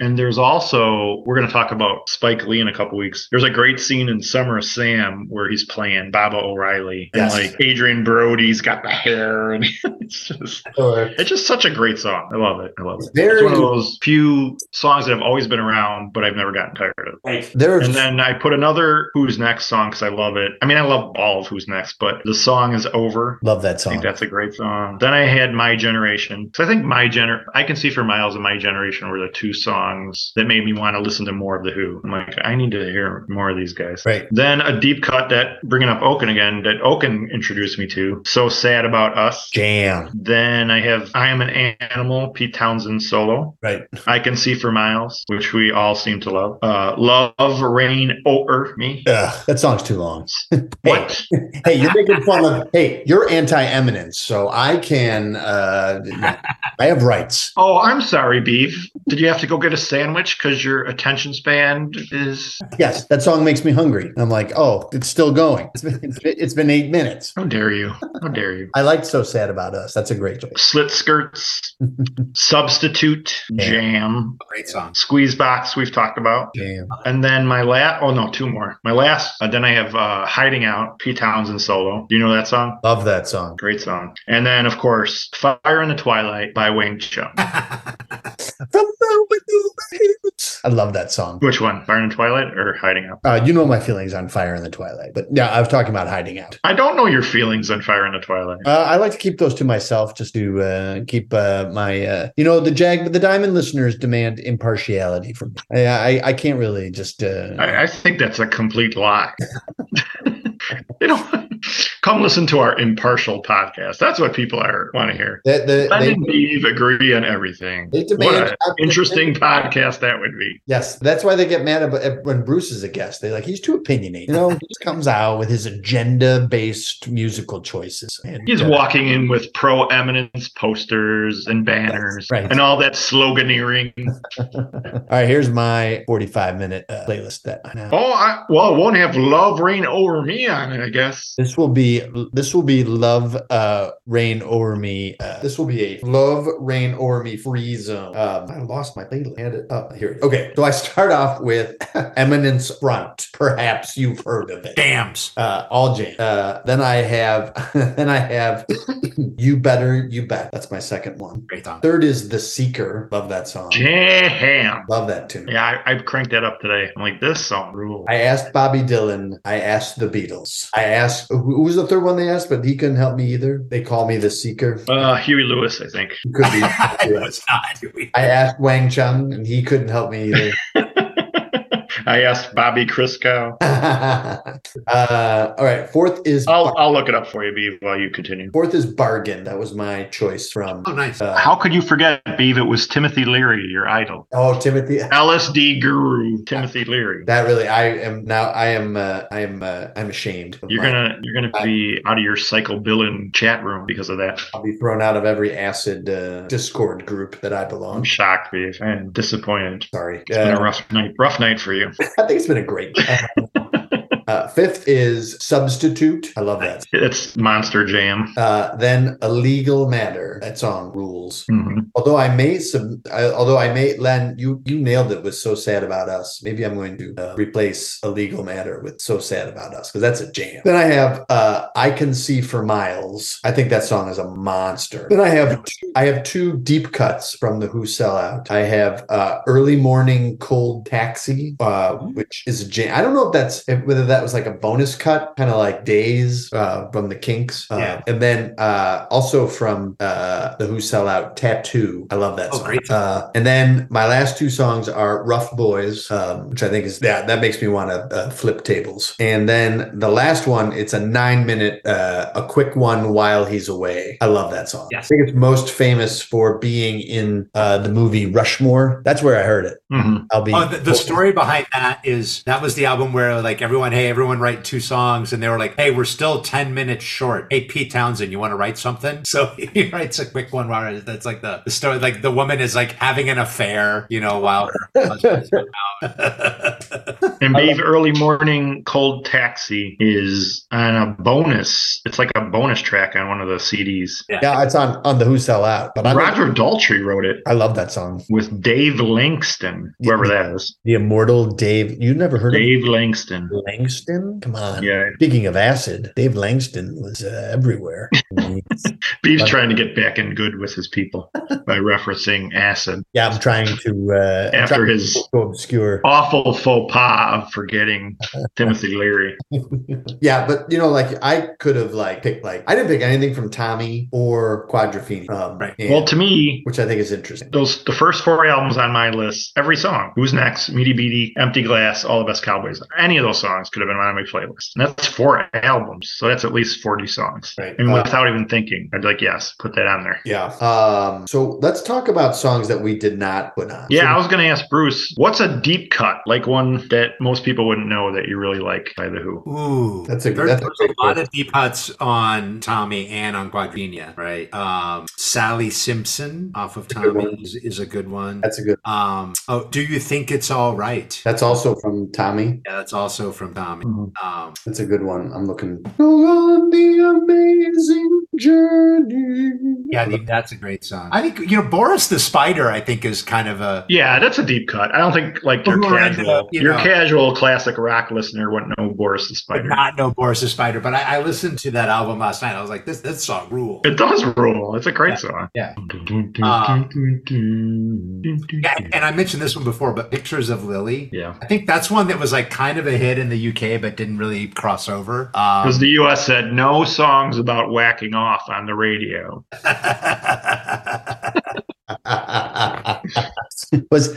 S2: and there's also we're going to talk about Spike Lee in a couple weeks. There's a great scene in Summer of Sam where he's playing Baba O'Reilly,
S1: Yes.
S2: and like Adrian Brody's got the hair, and it's just
S1: or
S2: It's just such a great song. I love it. I love it.
S1: Very-
S2: It's one of those few songs that have always been around, but I've never gotten tired of.
S1: there's
S2: And then I put another Who's Next song because I love it. I mean, I love all of Who's Next, but the song is over.
S1: love that
S2: I think
S1: song.
S2: that's a great song. Then I had My Generation. Because I think My Gener I can see for miles and My Generation were the two songs that made me want to listen to more of The Who. I'm like, I need to hear more of these guys.
S1: Right.
S2: Then a deep cut that, bringing up Oaken again, that Oaken introduced me to. So Sad About Us.
S1: Jam.
S2: Then I have I Am an Animal, Pete Townsend solo.
S1: Right.
S2: I Can See for Miles, which we all seem to love. Uh, love, Rain, Over Me.
S1: Ugh, that song's too long.
S2: What?
S1: Hey, you're making fun of. Hey, you're anti-eminence, so I can. uh I have rights.
S2: Oh, I'm sorry, Beef. Did you have to go get a sandwich because your attention span is.
S1: Yes, that song makes me hungry. I'm like, oh, it's still going. It's been, it's been, it's been eight minutes.
S2: How dare you? How dare you?
S1: I liked "So Sad About Us." That's a great choice.
S2: Slit skirts, substitute,
S1: Yeah.
S2: jam,
S3: Great song.
S2: squeeze box. We've talked about,
S1: Jam.
S2: and then my last. Oh no, two more. My last. Uh, then I have uh, hiding out. Pete Townsend solo. Do you know that song?
S1: Love that song.
S2: Great song. And then, of course, Fire in the Twilight by Wayne Chung.
S1: From the window waves. I love that song.
S2: Which one? Fire in the Twilight or Hiding Out?
S1: Uh, you know my feelings on Fire in the Twilight, but yeah, I was talking about hiding out.
S2: I don't know your feelings on Fire in the Twilight.
S1: Uh, I like to keep those to myself just to uh, keep uh, my, uh, you know, the jag, the diamond listeners demand impartiality from me. I, I, I can't really just. Uh,
S2: I, I think that's a complete lie. you know, come listen to our impartial podcast. That's what people are want to hear.
S1: that the,
S2: I
S1: they,
S2: didn't Eve agree on everything.
S1: they
S2: What
S1: demand
S2: an interesting podcast that would be.
S1: Yes, that's why they get mad about at- when Bruce is a guest. They like he's too opinionated. You know, he just comes out with his agenda-based musical choices. And,
S2: He's
S1: uh,
S2: walking in with pro eminence posters and banners
S1: Right.
S2: and all that sloganeering.
S1: All right, here's my 45-minute uh, playlist that I know.
S2: Oh, I, well, it won't have love rain over me on it, I guess.
S1: This will be this will be love uh rain over me. Uh, this will be a love rain over me free zone. Um, I lost my playlist. Had it up here. Okay, so I start off with Eminence Front. Perhaps you've heard of it.
S3: Dams.
S1: Uh, all jam. Uh, then I have then I have you better you bet. That's my second one.
S3: Great song.
S1: Third is the seeker. Love that song.
S2: Jam.
S1: Love that tune.
S2: Yeah, I, I cranked that up today. I'm like, this song rules.
S1: I asked Bobby Dylan. I asked the Beatles. I asked who who was the third one they asked, but he couldn't help me either. They call me the seeker.
S2: Uh, Huey Lewis, I think.
S1: It Could be.
S3: no, it's not.
S1: I asked Wang Chung, and he couldn't help me either.
S2: I asked Bobby Crisco.
S1: uh, all right. Fourth is
S2: I'll, I'll look it up for you, Beav, while you continue.
S1: fourth is bargain. That was my choice from.
S3: Oh, nice.
S1: uh,
S2: How could you forget, Beav? It was Timothy Leary, your idol.
S1: oh, Timothy.
S2: LSD guru, Timothy Leary.
S1: That really, I am now. I am. Uh, I am. Uh, I'm ashamed. of
S2: You're
S1: my-
S2: gonna you're gonna be out of your psychobilling chat room because of that.
S1: I'll be thrown out of every acid uh, Discord group that I
S2: I'm
S1: belong.
S2: shocked, Beav, and disappointed.
S1: Sorry.
S2: It's been
S1: Uh,
S2: a rough night, rough night for you.
S1: I think it's been a great. Uh, fifth is Substitute. I love that.
S2: It's Monster Jam.
S1: Uh, then Illegal Matter. That song rules.
S2: Mhm.
S1: Although I may sub, I, although I may, Len, you you nailed it with "So Sad About Us." Maybe I'm going to uh, replace "Illegal Matter" with "So Sad About Us" because that's a jam. Then I have uh, "I Can See for Miles." I think that song is a monster. Then I have two, I have two deep cuts from the Who sellout. I have uh, "Early Morning Cold Taxi," uh, which is a jam. I don't know if that's if, whether that was like a bonus cut, kind of like "Days" uh, from the Kinks. Uh,
S3: Yeah.
S1: And then uh, also from uh, the Who Sell Out, Tattoo. I love that
S3: Oh,
S1: song.
S3: great song.
S1: Uh, and then my last two songs are Rough Boys, um, which I think is that that makes me want to uh, flip tables. And then the last one, it's a nine minute, uh, a quick one while he's away. I love that song.
S3: Yes.
S1: I think it's most famous for being in uh, the movie Rushmore. That's where I heard it.
S2: Mhm.
S1: I'll be
S3: Oh, the, the story behind that is that was the album where like everyone, hey, everyone write two songs, and they were like, hey, we're still ten minutes short. Hey, Pete Townsend, you want to write something? So he writes a quick one. Where that's like the, the story, like the woman is like having an affair, you know, while.
S2: And Dave, Early Morning Cold Taxi is on a bonus. It's like a bonus track on one of the CDs.
S1: Yeah, it's on on the Who Sell Out, but I
S2: Roger Daltrey wrote it
S1: I love that song.
S2: with Dave Langston, whoever that is.
S1: The immortal Dave. You never heard
S2: Dave Langston.
S1: of Langston? Come on.
S2: Yeah,
S1: Speaking of acid, Dave Langston was uh, everywhere.
S2: Beef's trying to get back in good with his people by referencing acid
S1: yeah, I'm trying to uh, I'm
S2: after
S1: trying
S2: his
S1: to go obscure.
S2: awful faux pas of forgetting Timothy Leary.
S1: Yeah, but you know, like I could have like picked like I didn't pick anything from Tommy or Quadrophenia, um,
S3: Right.
S1: and-
S2: Well, to me,
S1: which I think is interesting.
S2: those the first four albums on my list, every song, Who's Next, Meaty Beaty, Empty Glass, All the Best Cowboys, any of those songs could have been on my playlist. And that's four albums, so that's at least 40 songs.
S1: Right.
S2: And
S1: Uh,
S2: without even thinking, I'd be like, yes, put that on there.
S1: yeah. Um, so let's talk about songs that we did not put on.
S2: Yeah, I was going to ask Bruce, what's a deep cut, like one that most people wouldn't know that you really like by The Who?
S3: Ooh,
S1: That's a-
S3: there,
S1: that's a
S3: there's
S1: great
S3: a lot of deep cuts on Tommy and on Quadrinia, right? Um, Sally Simpson off of
S1: a good
S3: Tommy
S1: one.
S3: is, is a good one.
S1: that's a good.
S3: Um, oh, do you think it's all right?
S1: That's also from Tommy.
S3: Yeah, that's also from Tommy.
S2: Mhm.
S3: Um,
S1: That's a good one. I'm looking. Go on the amazing journey.
S3: yeah, I think that's a great song. I think you know Boris the Spider. I think is kind of a
S2: Yeah, that's a deep cut. I don't think like your
S3: Who are into,
S2: casual,
S3: you
S2: your
S3: know-
S2: casual classic rock listener wouldn't know Boris the
S3: I did
S2: Spider.
S3: not know Boris the Spider, but I, I listened to that album last night. I was like, this this song rules.
S2: It does rule. It's a great song.
S3: yeah. Yeah,
S2: Yeah.
S3: and, and I mentioned this one before, but Pictures of Lily.
S2: Yeah.
S3: I think that's one that was like kind of a hit in the UK, but didn't really cross over. Um,
S2: Because the U.S. said no songs about whacking off on the radio.
S1: was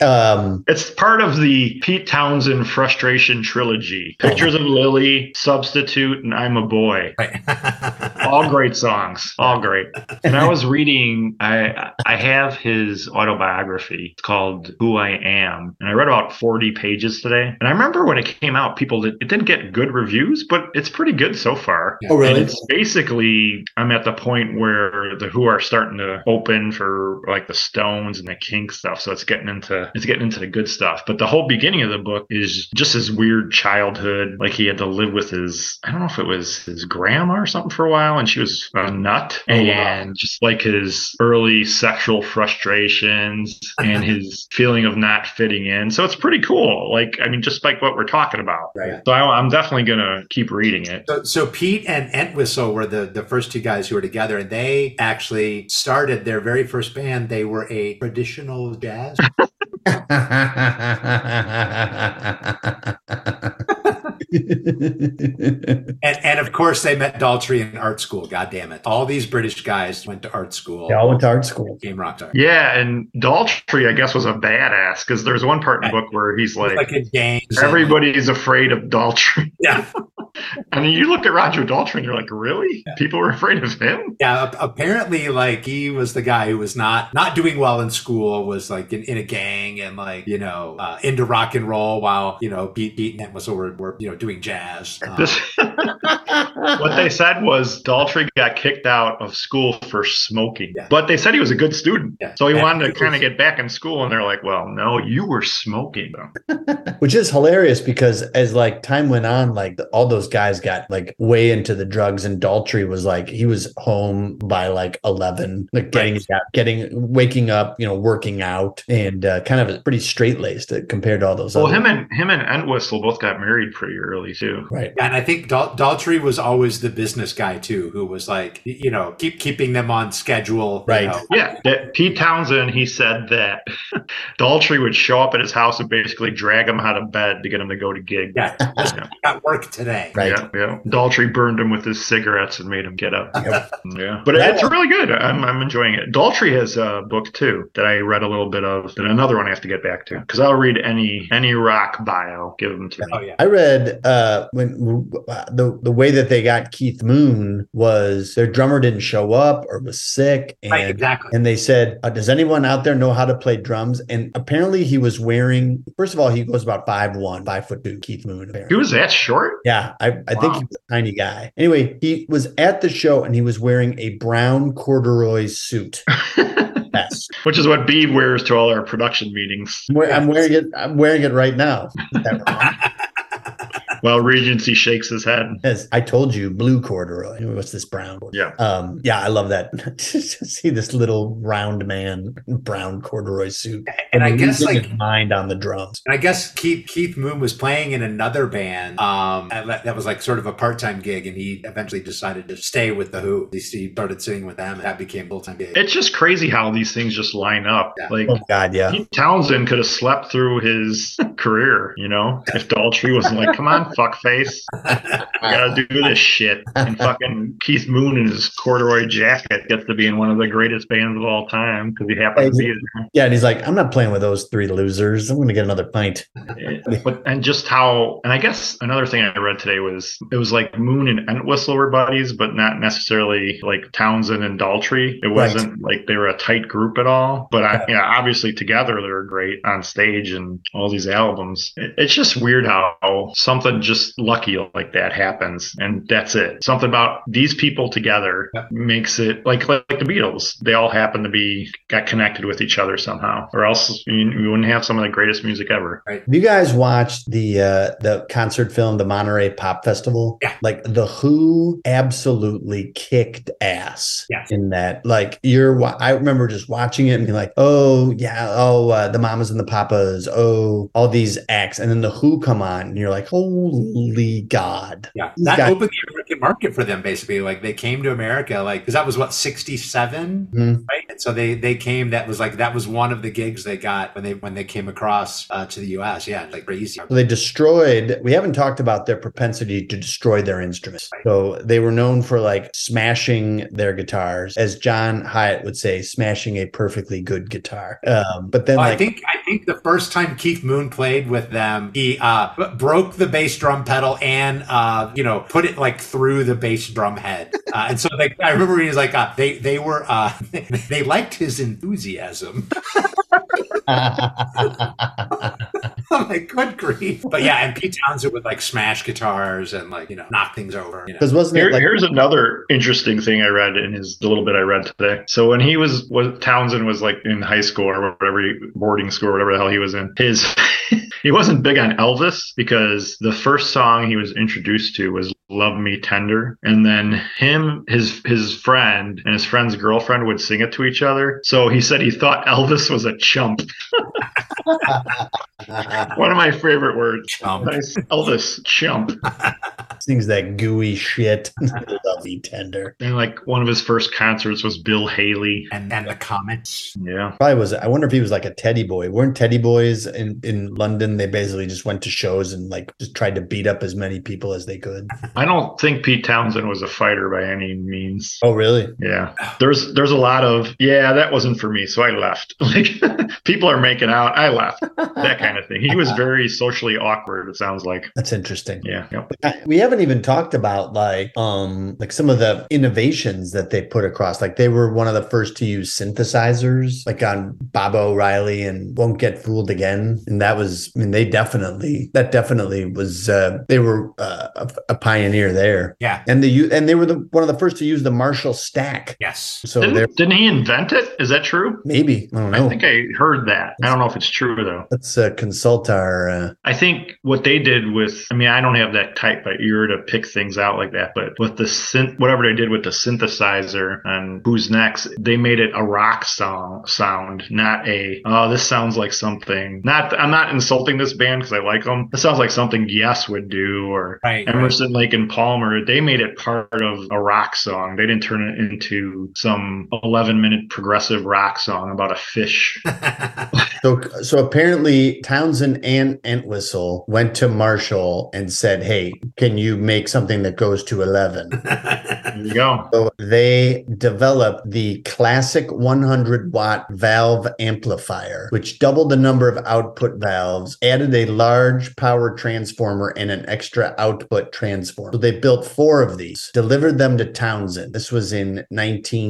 S1: um
S2: It's part of the Pete Townsend frustration trilogy: "Pictures of Lily," "Substitute," and "I'm a Boy."
S3: right.
S2: All great songs. All great. And I was reading. I I have his autobiography. It's called "Who I Am," and I read about 40 pages today. And I remember when it came out, people did, it didn't get good reviews, but it's pretty good so far.
S1: oh
S2: And
S1: really
S2: it's basically, I'm at the point where the Who are starting to open for like the Stones and the Kink stuff. So it's getting into it's getting into the good stuff. But the whole beginning of the book is just his weird childhood. Like he had to live with his, I don't know if it was his grandma or something for a while, and she was a nut,
S1: Oh, wow.
S2: and just like his early sexual frustrations and his feeling of not fitting in. So it's pretty cool. Like I mean, just like what we're talking about.
S1: right
S2: So I, I'm definitely gonna keep reading it.
S3: So, so Pete and Entwistle were the, the first two guys who were together, and they actually started their very first band. They were a traditional jazz. and, and of course, they met Daltrey in art school. God damn it. All these British guys went to art school.
S1: they all went to art school
S3: Became rock stars.
S2: Yeah, and Daltrey, I guess, was a badass because there's one part in the book where he's like,
S3: Like in games. and-
S2: everybody's afraid of Daltrey.
S3: Yeah.
S2: And then you look at Roger Daltrey and you're like, really? People were afraid of him?
S3: Yeah, ap- apparently, like he was the guy who was not not doing well in school, was like in, in a gang and like you know uh, into rock Uh, and roll, while you know Pete Pete and Entwistle were, were you know doing jazz. Um,
S2: This what they said was Daltrey got kicked out of school for smoking,
S3: Yeah.
S2: but they said he was a good student.
S3: Yeah.
S2: So he
S3: And
S2: wanted
S3: he
S2: to kind of
S3: was-
S2: get back in school, and they're like, "Well, no, you were smoking." Though.
S1: which is hilarious because as like time went on like the- all those guys got like way into the drugs and daltrey was like he was home by like 11 like getting getting waking up you know working out and uh, kind of pretty straight laced compared to all those
S2: Well,
S1: other
S2: him and him and Entwistle both got married pretty early too.
S1: right
S3: And I think Dal- Daltrey was always the business guy too, who was like, y- you know, keep keeping them on schedule. you
S1: Right.
S3: know.
S2: Yeah, that Pete Townsend he said that Daltrey would show up at his house and basically drag him out of bed to get him to go to gig.
S3: Yeah.
S2: yeah,
S3: At work today.
S1: Right.
S2: yeah, yeah. Daltrey burned him with his cigarettes and made him get up.
S1: Yep.
S2: Yeah, but
S1: That-
S2: it's really good. I'm, I'm enjoying it. Daltrey has a book too that I read a little bit of, and another one I have to get back to because I'll read any any rock bio. Give them to
S3: Oh
S2: me.
S3: yeah.
S1: I read uh, when uh, the the way that they got Keith Moon was their drummer didn't show up or was sick, and
S3: Right. Exactly.
S1: and they said, uh, "Does anyone out there know how to play drums?" And apparently, he was wearing. First of all, he goes about five one, five foot two. Keith Moon.
S2: He
S1: Apparently.
S2: was that short.
S1: Yeah, I, I think
S2: Wow.
S1: he was a tiny guy. Anyway, he was at the show and he was wearing a brown corduroy suit. Yes.
S2: Which is what B wears to all our production meetings.
S1: I'm, wear- I'm wearing it. I'm wearing it right now. Is that wrong?
S2: While Regency shakes his head.
S1: As I told you, blue corduroy. What's this brown?
S2: Yeah.
S1: Um, yeah, I love that. To See this little round man, in brown corduroy suit,
S3: And I
S1: Losing
S3: guess like
S1: his mind on the drums.
S3: And I guess Keith Keith Moon was playing in another band um, and that that was like sort of a part time gig, and he eventually decided to stay with the Who. He he started singing with them, and that became full time gig.
S2: It's just crazy how these things just line up.
S3: Yeah.
S2: Like
S1: Oh God, yeah.
S2: Pete Townsend could have slept through his career, you know, if Daltrey wasn't like, "Come on, fuckface, I gotta do this shit." And fucking Keith Moon in his corduroy jacket gets to be in one of the greatest bands of all time because he happens to be there.
S1: Yeah, and he's like, I'm not playing with those three losers. I'm going to get another pint.
S2: But and just how, and I guess another thing I read today was it was like Moon and Entwistle were buddies, but not necessarily like Townsend and Daltrey. It wasn't like they were a tight group at all. But I, yeah, obviously together they were great on stage and all these albums. It, it's just weird how something just lucky like that happens, and that's it. Something about these people together
S3: Yeah.
S2: makes it like like the Beatles. They all happen to be got connected with each other somehow, or else you, you wouldn't have some of the greatest music ever.
S1: Have you guys watched the uh, the concert film, the Monterey Pop Festival?
S3: Yeah.
S1: Like the Who absolutely kicked ass
S3: Yeah.
S1: in that. Like you're, wa- I remember just watching it and being like, oh yeah, oh uh, the Mamas and the Papas, oh all these acts, and then the Who come on, and you're like, holy God,
S3: Yeah,
S1: These
S3: that
S1: guys-
S3: opened the American market for them. Basically, like they came to America, like because that was what sixty
S1: Mhm.
S3: right? And so they they came. That was like that was one of the gigs they got when they when they came across uh, to the U.S. Yeah, like crazy.
S1: So they destroyed, we haven't talked about their propensity to destroy their instruments. So they were known for like smashing their guitars, as John Hyatt would say, smashing a perfectly good guitar. Um, but then,
S3: Well, I
S1: like,
S3: think I think the first time Keith Moon played with them, he uh, b- broke the bass drum pedal and uh, you know put it like through the bass drum head. Uh, and so like I remember he was like uh, they they were uh, they liked his enthusiasm. I'm like good grief, but yeah, and Pete Townsend would like smash guitars and like you know knock things over. You know.
S1: because wasn't
S2: Here,
S1: it like,
S2: here's another interesting thing I read in his the little bit I read today. So when he was was Townsend was like in high school or whatever he- boarding school or whatever the hell he was in, his he wasn't big on Elvis because the first song he was introduced to was "Love Me Tender," and then him his his friend and his friend's girlfriend would sing it to each other. So he said he thought Elvis was a chump. One of my favorite words.
S3: Chump.
S2: Nice. Elvis chump.
S1: sings that gooey shit? Lovey tender.
S2: And like one of his first concerts was Bill Haley.
S3: And then the comments.
S2: Yeah.
S1: Probably was, I wonder if he was like a teddy boy. Weren't teddy boys in, in London? They basically just went to shows and like just tried to beat up as many people as they could.
S2: I don't think Pete Townsend was a fighter by any means.
S1: Oh, really?
S2: Yeah. There's there's a lot of yeah, that wasn't for me, so I left. Like people are making out, I left. That kind of thing. He was very socially awkward, it sounds like.
S1: That's interesting.
S2: Yeah. Yep.
S1: I- we haven't even talked about like um like some of the innovations that they put across like they were one of the first to use synthesizers like on bob o'reilly and won't get fooled again and that was i mean they definitely that definitely was uh they were uh, a, a pioneer there.
S3: Yeah.
S1: And the u- and they were the one of the first to use the Marshall stack.
S3: Yes.
S1: So there
S2: didn't, didn't he invent it? Is that true?
S1: maybe I don't
S2: Hmm. I
S1: know.
S2: think I heard that. I don't know if it's true though.
S1: Let's uh, consult our. Uh,
S2: I think what they did with, I mean, I don't have that type of ear to pick things out like that, but with the synth, whatever they did with the synthesizer and Who's Next, they made it a rock song sound, not a, oh, this sounds like something. Not, I'm not insulting this band because I like them. This sounds like something Yes would do or
S3: Right.
S2: Emerson, Lake, and Palmer, they made it part of a rock song. They didn't turn it into some 11 minute progressive rock song about a fish.
S1: so so apparently Townsend and Entwistle went to Marshall and said, "Hey, can you make something that goes to 11?
S2: There you go.
S1: So they developed the classic 100 watt valve amplifier, which doubled the number of output valves, added a large power transformer, and an extra output transformer. So they built four of these, delivered them to Townsend. This was in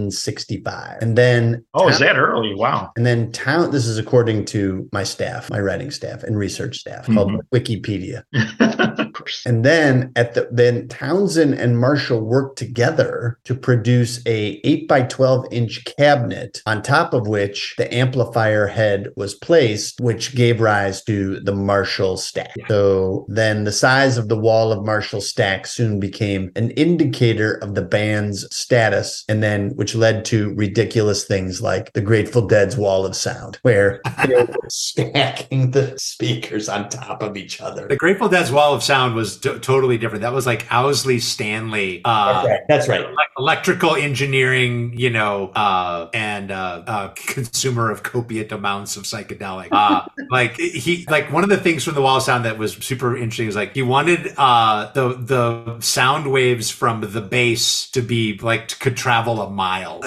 S1: 1965. And then
S2: Oh, is that early? Wow.
S1: and then town. This is according to my staff, my writing staff and research staff, called Wikipedia.
S2: of course.
S1: And then at the then Townsend and Marshall worked together to produce a 8 by 12 inch cabinet on top of which the amplifier head was placed, which gave rise to the Marshall stack.
S3: Yeah.
S1: So then the size of the wall of Marshall stack soon became an indicator of the band's status, and then which led to ridiculous things like the Grateful Dead's wall of sound, where they were stacking the speakers on top of each other.
S3: The Grateful Dead's Wall of Sound was t- totally different. That was like Owsley Stanley. Uh,
S1: Okay, that's right.
S3: elec- Electrical engineering, you know, uh, and uh, uh, consumer of copious amounts of psychedelic. Uh, like he, like one of the things from the wall of sound that was super interesting is like he wanted uh, the the sound waves from the bass to be like to, could travel a mile.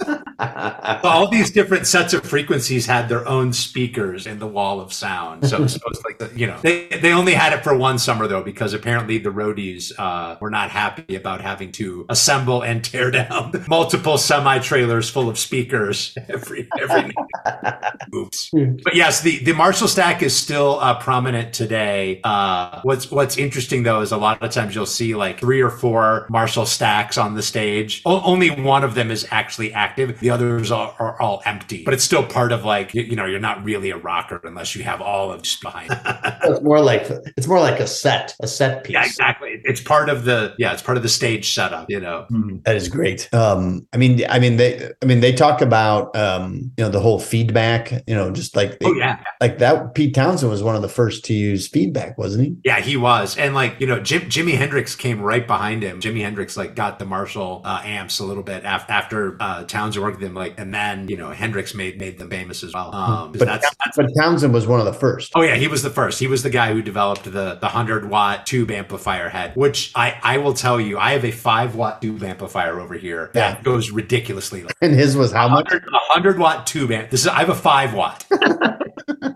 S3: So all these different sets of frequencies had their own speakers in the wall of sound. So it's supposed like the, you know they, they only had it for one summer though because apparently the roadies uh, were not happy about having to assemble and tear down multiple semi trailers full of speakers every every night. Oops. But yes, the, the Marshall stack is still uh, prominent today. Uh, what's what's interesting though is a lot of times you'll see like three or four Marshall stacks on the stage. O- only one of them is actually active. The others are, are all empty. But it's still part of like you, you know you're not really a rocker unless you have all of behind.
S1: it's more like it's more like a set, a set piece.
S3: yeah, exactly. It's part of the yeah, it's part of the stage setup. You know.
S2: Hmm.
S1: That is great. Um, I mean, I mean, they, I mean, they talk about, um, you know, the whole feedback, you know, just like,
S3: Oh yeah,
S1: like that. Pete Townsend was one of the first to use feedback, wasn't he?
S3: yeah, he was, and like you know, Jim, Jimi Hendrix came right behind him. Jimi Hendrix like got the Marshall uh, amps a little bit af- after uh, Townsend worked with him, like, and then you know Hendrix made made them famous as well. Um, 'cause
S1: Mm-hmm. But
S3: that's, that's
S1: But Townsend was one of the first.
S3: Oh yeah, he was the first. He was the guy who developed the the hundred watt tube amplifier head, which I I will tell you, I have a five watt tube amplifier over here that
S1: Yeah.
S3: goes ridiculously loud.
S1: And his was how
S3: A
S1: much?
S3: hundred a hundred watt tube amp. This is I have a five watt,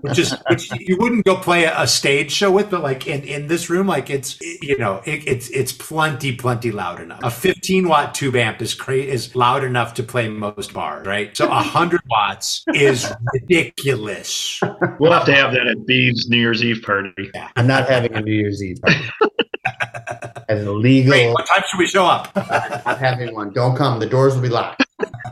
S3: which is which you wouldn't go play a, a stage show with, but like in in this room, like it's you know it, it's it's plenty plenty loud enough. A fifteen watt tube amp is cra- is loud enough to play most bars, right? So a hundred watts is ridiculous.
S2: We'll have to have that at Beeves New Year's Eve party.
S3: Yeah.
S1: I'm not having a New Year's Eve. party. An
S3: Wait,
S1: illegal.
S3: what time should we show up?
S1: I'm having one. Don't come. The doors will be locked.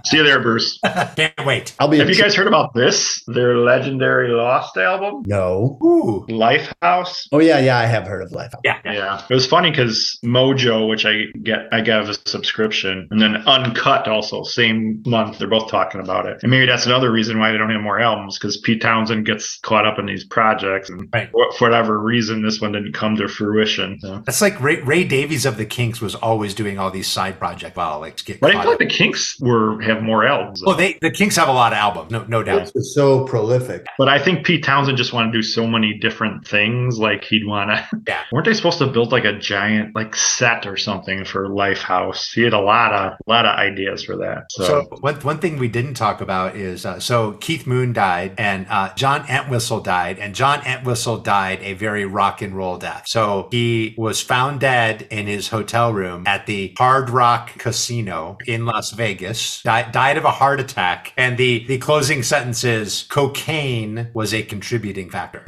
S2: See you there, Bruce.
S3: Can't wait.
S1: I'll be.
S2: Have you guys heard about this? Their legendary Lost album,
S1: No.
S3: Ooh.
S2: Lifehouse.
S1: Oh yeah, yeah. I have heard of Life.
S3: Yeah.
S2: Yeah, it was funny because Mojo, which I get, I got a subscription, and then Uncut also same month. They're both talking about it, and maybe that's another reason why they don't have more albums because Pete Townsend gets caught up in these projects, and
S3: Right.
S2: for for whatever reason, this one didn't come to fruition. So.
S3: That's like Ray, Ray Davies of the Kinks was always doing all these side projects. Wow, like to get
S2: But I
S3: caught
S2: feel like
S3: up.
S2: the Kinks were have more albums.
S3: Well, they the Kinks have a lot of albums, no no doubt.
S1: This is so prolific.
S2: But I think Pete Townsend just wanted to do so many different things. Like he'd want to.
S3: Yeah.
S2: Weren't they supposed to build like a giant like set or something for Lifehouse? He had a lot of lot of ideas for that. So,
S3: So one, one thing we didn't talk about is uh, so Keith Moon died and uh, John Entwistle died and John Entwistle died a very rock and roll death. So he was found dead in his hotel room at the Hard Rock Casino in Las Vegas. Died died died of a heart attack, and the the closing sentence is cocaine was a contributing factor.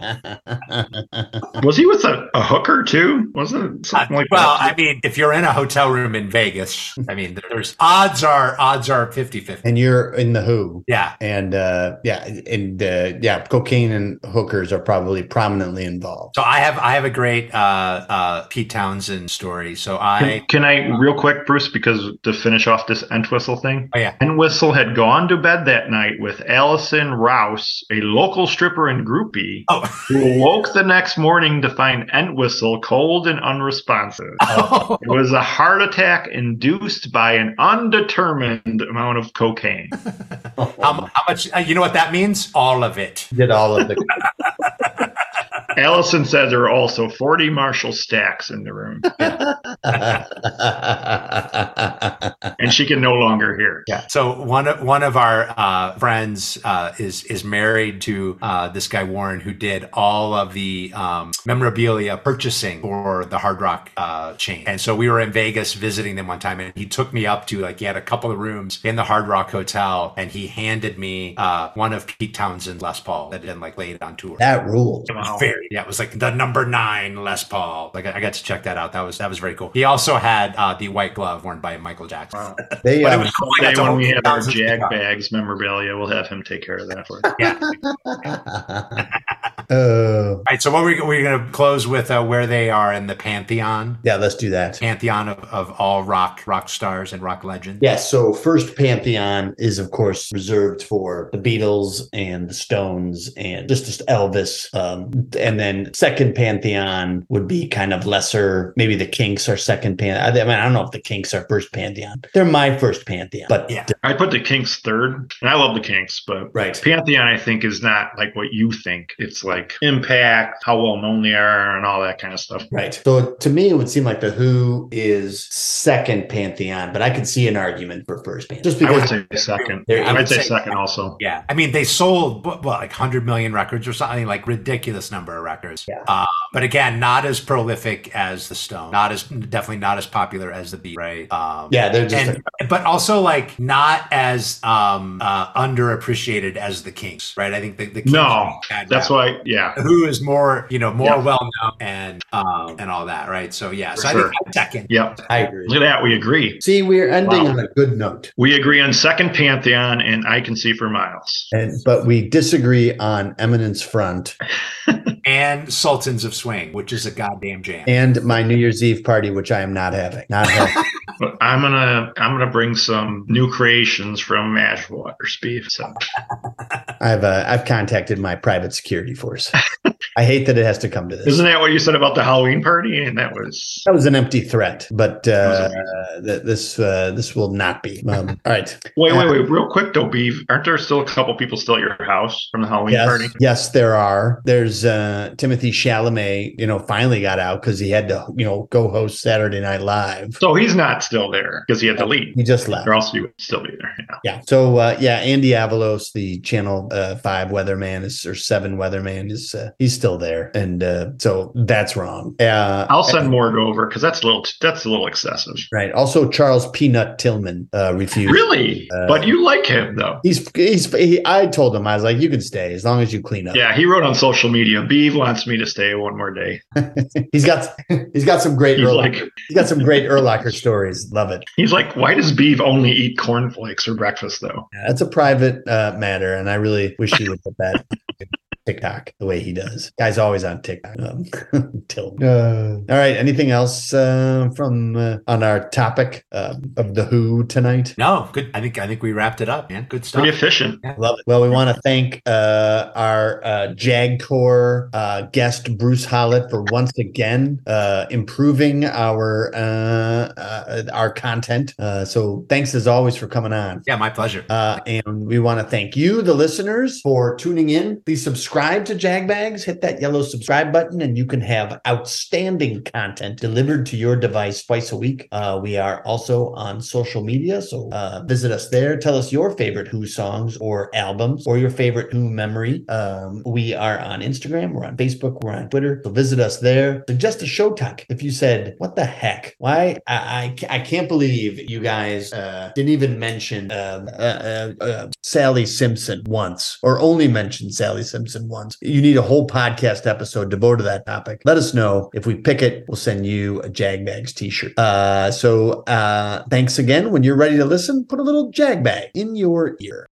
S2: Was he with a, a hooker too? Wasn't it something like
S3: well,
S2: that?
S3: I mean, if you're in a hotel room in Vegas, I mean, there's odds are odds are 50-50.
S1: and you're in the Who.
S3: Yeah,
S1: And uh, yeah, and uh, yeah, cocaine and hookers are probably prominently involved.
S3: So I have I have a great uh, uh, Pete Townsend story. So I
S2: Can, can I real quick, Bruce, because to finish off this Entwistle thing?
S3: Oh, yeah.
S2: Entwistle had gone to bed that night with Allison Rouse, a local stripper and groupie,
S3: oh,
S2: who awoke the next morning to find Entwistle cold and unresponsive.
S3: Oh,
S2: It was a heart attack induced by an undetermined amount of cocaine.
S3: how, how much? Uh, you know what that means? All of it.
S1: Did all of the
S2: Allison said there were also 40 Marshall stacks in the room, and she can no longer hear.
S3: Yeah. So one of one of our uh, friends uh, is is married to uh, this guy Warren, who did all of the um, memorabilia purchasing for the Hard Rock uh, chain. And so we were in Vegas visiting them one time, and he took me up to like he had a couple of rooms in the Hard Rock Hotel, and he handed me uh, one of Pete Townsend's Les Paul that had been like laid on tour.
S1: that rule.
S2: Wow.
S3: Very, yeah, it was like the number nine Les Paul. Like I I got to check that out. That was that was very cool. He also had uh, the white glove worn by Michael Jackson.
S2: Wow.
S1: They
S3: But it
S1: um,
S3: was cool. I got
S2: Someday
S3: to
S2: when we
S3: hold
S2: have our
S3: thousands of
S2: jag
S3: guitars.
S2: bags memorabilia, we'll have him take care of that for us.
S3: Yeah.
S1: Oh,
S3: All right, so what we're, we're going to close with uh, where they are in the pantheon,
S1: yeah, let's do that.
S3: pantheon of, of all rock rock stars and rock legends.
S1: Yeah, so first pantheon is of course reserved for the Beatles and the Stones and just, just Elvis, um, and then second pantheon would be kind of lesser. Maybe the Kinks are second pantheon. I, mean, I don't know if the Kinks are first pantheon. They're my first pantheon, but
S3: Yeah.
S2: I put the Kinks third, and I love the Kinks, but
S1: right.
S2: Pantheon, I think, is not like what you think. It's like impact, how well known they are, and all that kind of stuff.
S1: Right. So to me, it would seem like the Who is second pantheon, but I could see an argument for first pantheon. Just
S2: I would
S1: because
S2: say second.
S1: There-
S2: I would say second also.
S3: Yeah. I mean, they sold what, what, like 100 million records or something, like ridiculous number of records.
S1: Yeah.
S3: Uh, but again, not as prolific as the Stone, not as definitely not as popular as the Beat, right? Um,
S1: yeah, they're just
S3: and but also like not as um uh underappreciated as the Kinks, right? I think the, the Kinks
S2: No,
S3: had
S2: That's
S3: that.
S2: why, yeah.
S3: who is more you know more
S2: Yeah.
S3: well known and um and all that right so yeah
S2: For
S3: so i
S2: sure.
S3: think I'm second
S2: Yep.
S1: I agree.
S2: Look at that. We agree.
S1: See, we're ending
S2: Wow.
S1: on a good note.
S2: We agree on second Pantheon, and I can see for miles.
S1: And, but we disagree on Eminence Front
S3: and sultans of swing which is a goddamn jam
S1: and my New Year's Eve party, which I am not having. Not having.
S2: But I'm gonna I'm gonna bring some new creations from Ashwater Beef. So
S1: I've uh, I've contacted my private security force. I hate that it has to come to this.
S2: isn't that what you said about the Halloween party? And that was
S1: that was an empty threat, but uh,
S2: That
S1: th- this uh, this will not be. Um, all right.
S2: wait, wait, wait, real quick though, Beef. Aren't there still a couple people still at your house from the Halloween party?
S1: Yes, yes, there are. There's uh, Timothy Chalamet. You know, finally got out because he had to you know go host Saturday Night Live.
S2: So he's not still there because he had to leave.
S1: He just left.
S2: Or else he would still be there. Yeah.
S1: Yeah. So uh, yeah, Andy Avalos, the Channel uh, Five weatherman is or Seven weatherman is uh, he's still there, and uh, so that's wrong. Uh,
S2: I'll send Morg over because that's a little that's a little excessive.
S1: right. Also, Charles Peanut Tillman uh, refused.
S2: Really?
S1: Uh,
S2: but you like him though.
S1: He's he's. He, I told him I was like, you can stay as long as you clean up.
S2: Yeah, he wrote on social media, Beeve wants me to stay one more day.
S1: He's got he's got some great
S2: He's
S1: Erlocker,
S2: like
S1: he's got some great Erlocker stories. Love it.
S2: he's like, why does Beeve only eat cornflakes for breakfast though?
S1: That's a private uh, matter, and I really wish he would put that. on TikTok the way he does. Guy's always on TikTok. Um, till all right. Anything else uh, from uh, on our topic uh, of the Who tonight?
S3: no good i think i think we wrapped it up man good stuff
S2: Pretty efficient.
S1: Love it. Well, we want to thank uh, our uh, JagCore uh, guest Bruce Hollett for once again uh, improving our uh, uh, our content. Uh, so thanks as always for coming on.
S3: yeah my pleasure
S1: Uh, and we want to thank you, the listeners, for tuning in. Please subscribe subscribe to Jagbags, hit that yellow subscribe button, and you can have outstanding content delivered to your device twice a week. Uh, we are also on social media, so uh, visit us there. Tell us your favorite Who songs or albums or your favorite Who memory. Um, we are on Instagram, we're on Facebook, we're on Twitter. So visit us there. Suggest a show topic. If you said, "What the heck? Why I I, I can't believe you guys uh, didn't even mention um, uh, uh, uh, Sally Simpson once, or only mention Sally Simpson once," you need a whole podcast episode devoted to that topic. Let us know if we pick it. We'll send you a Jagbags T-shirt. Uh, so uh, thanks again. When you're ready to listen, put a little Jagbag in your ear.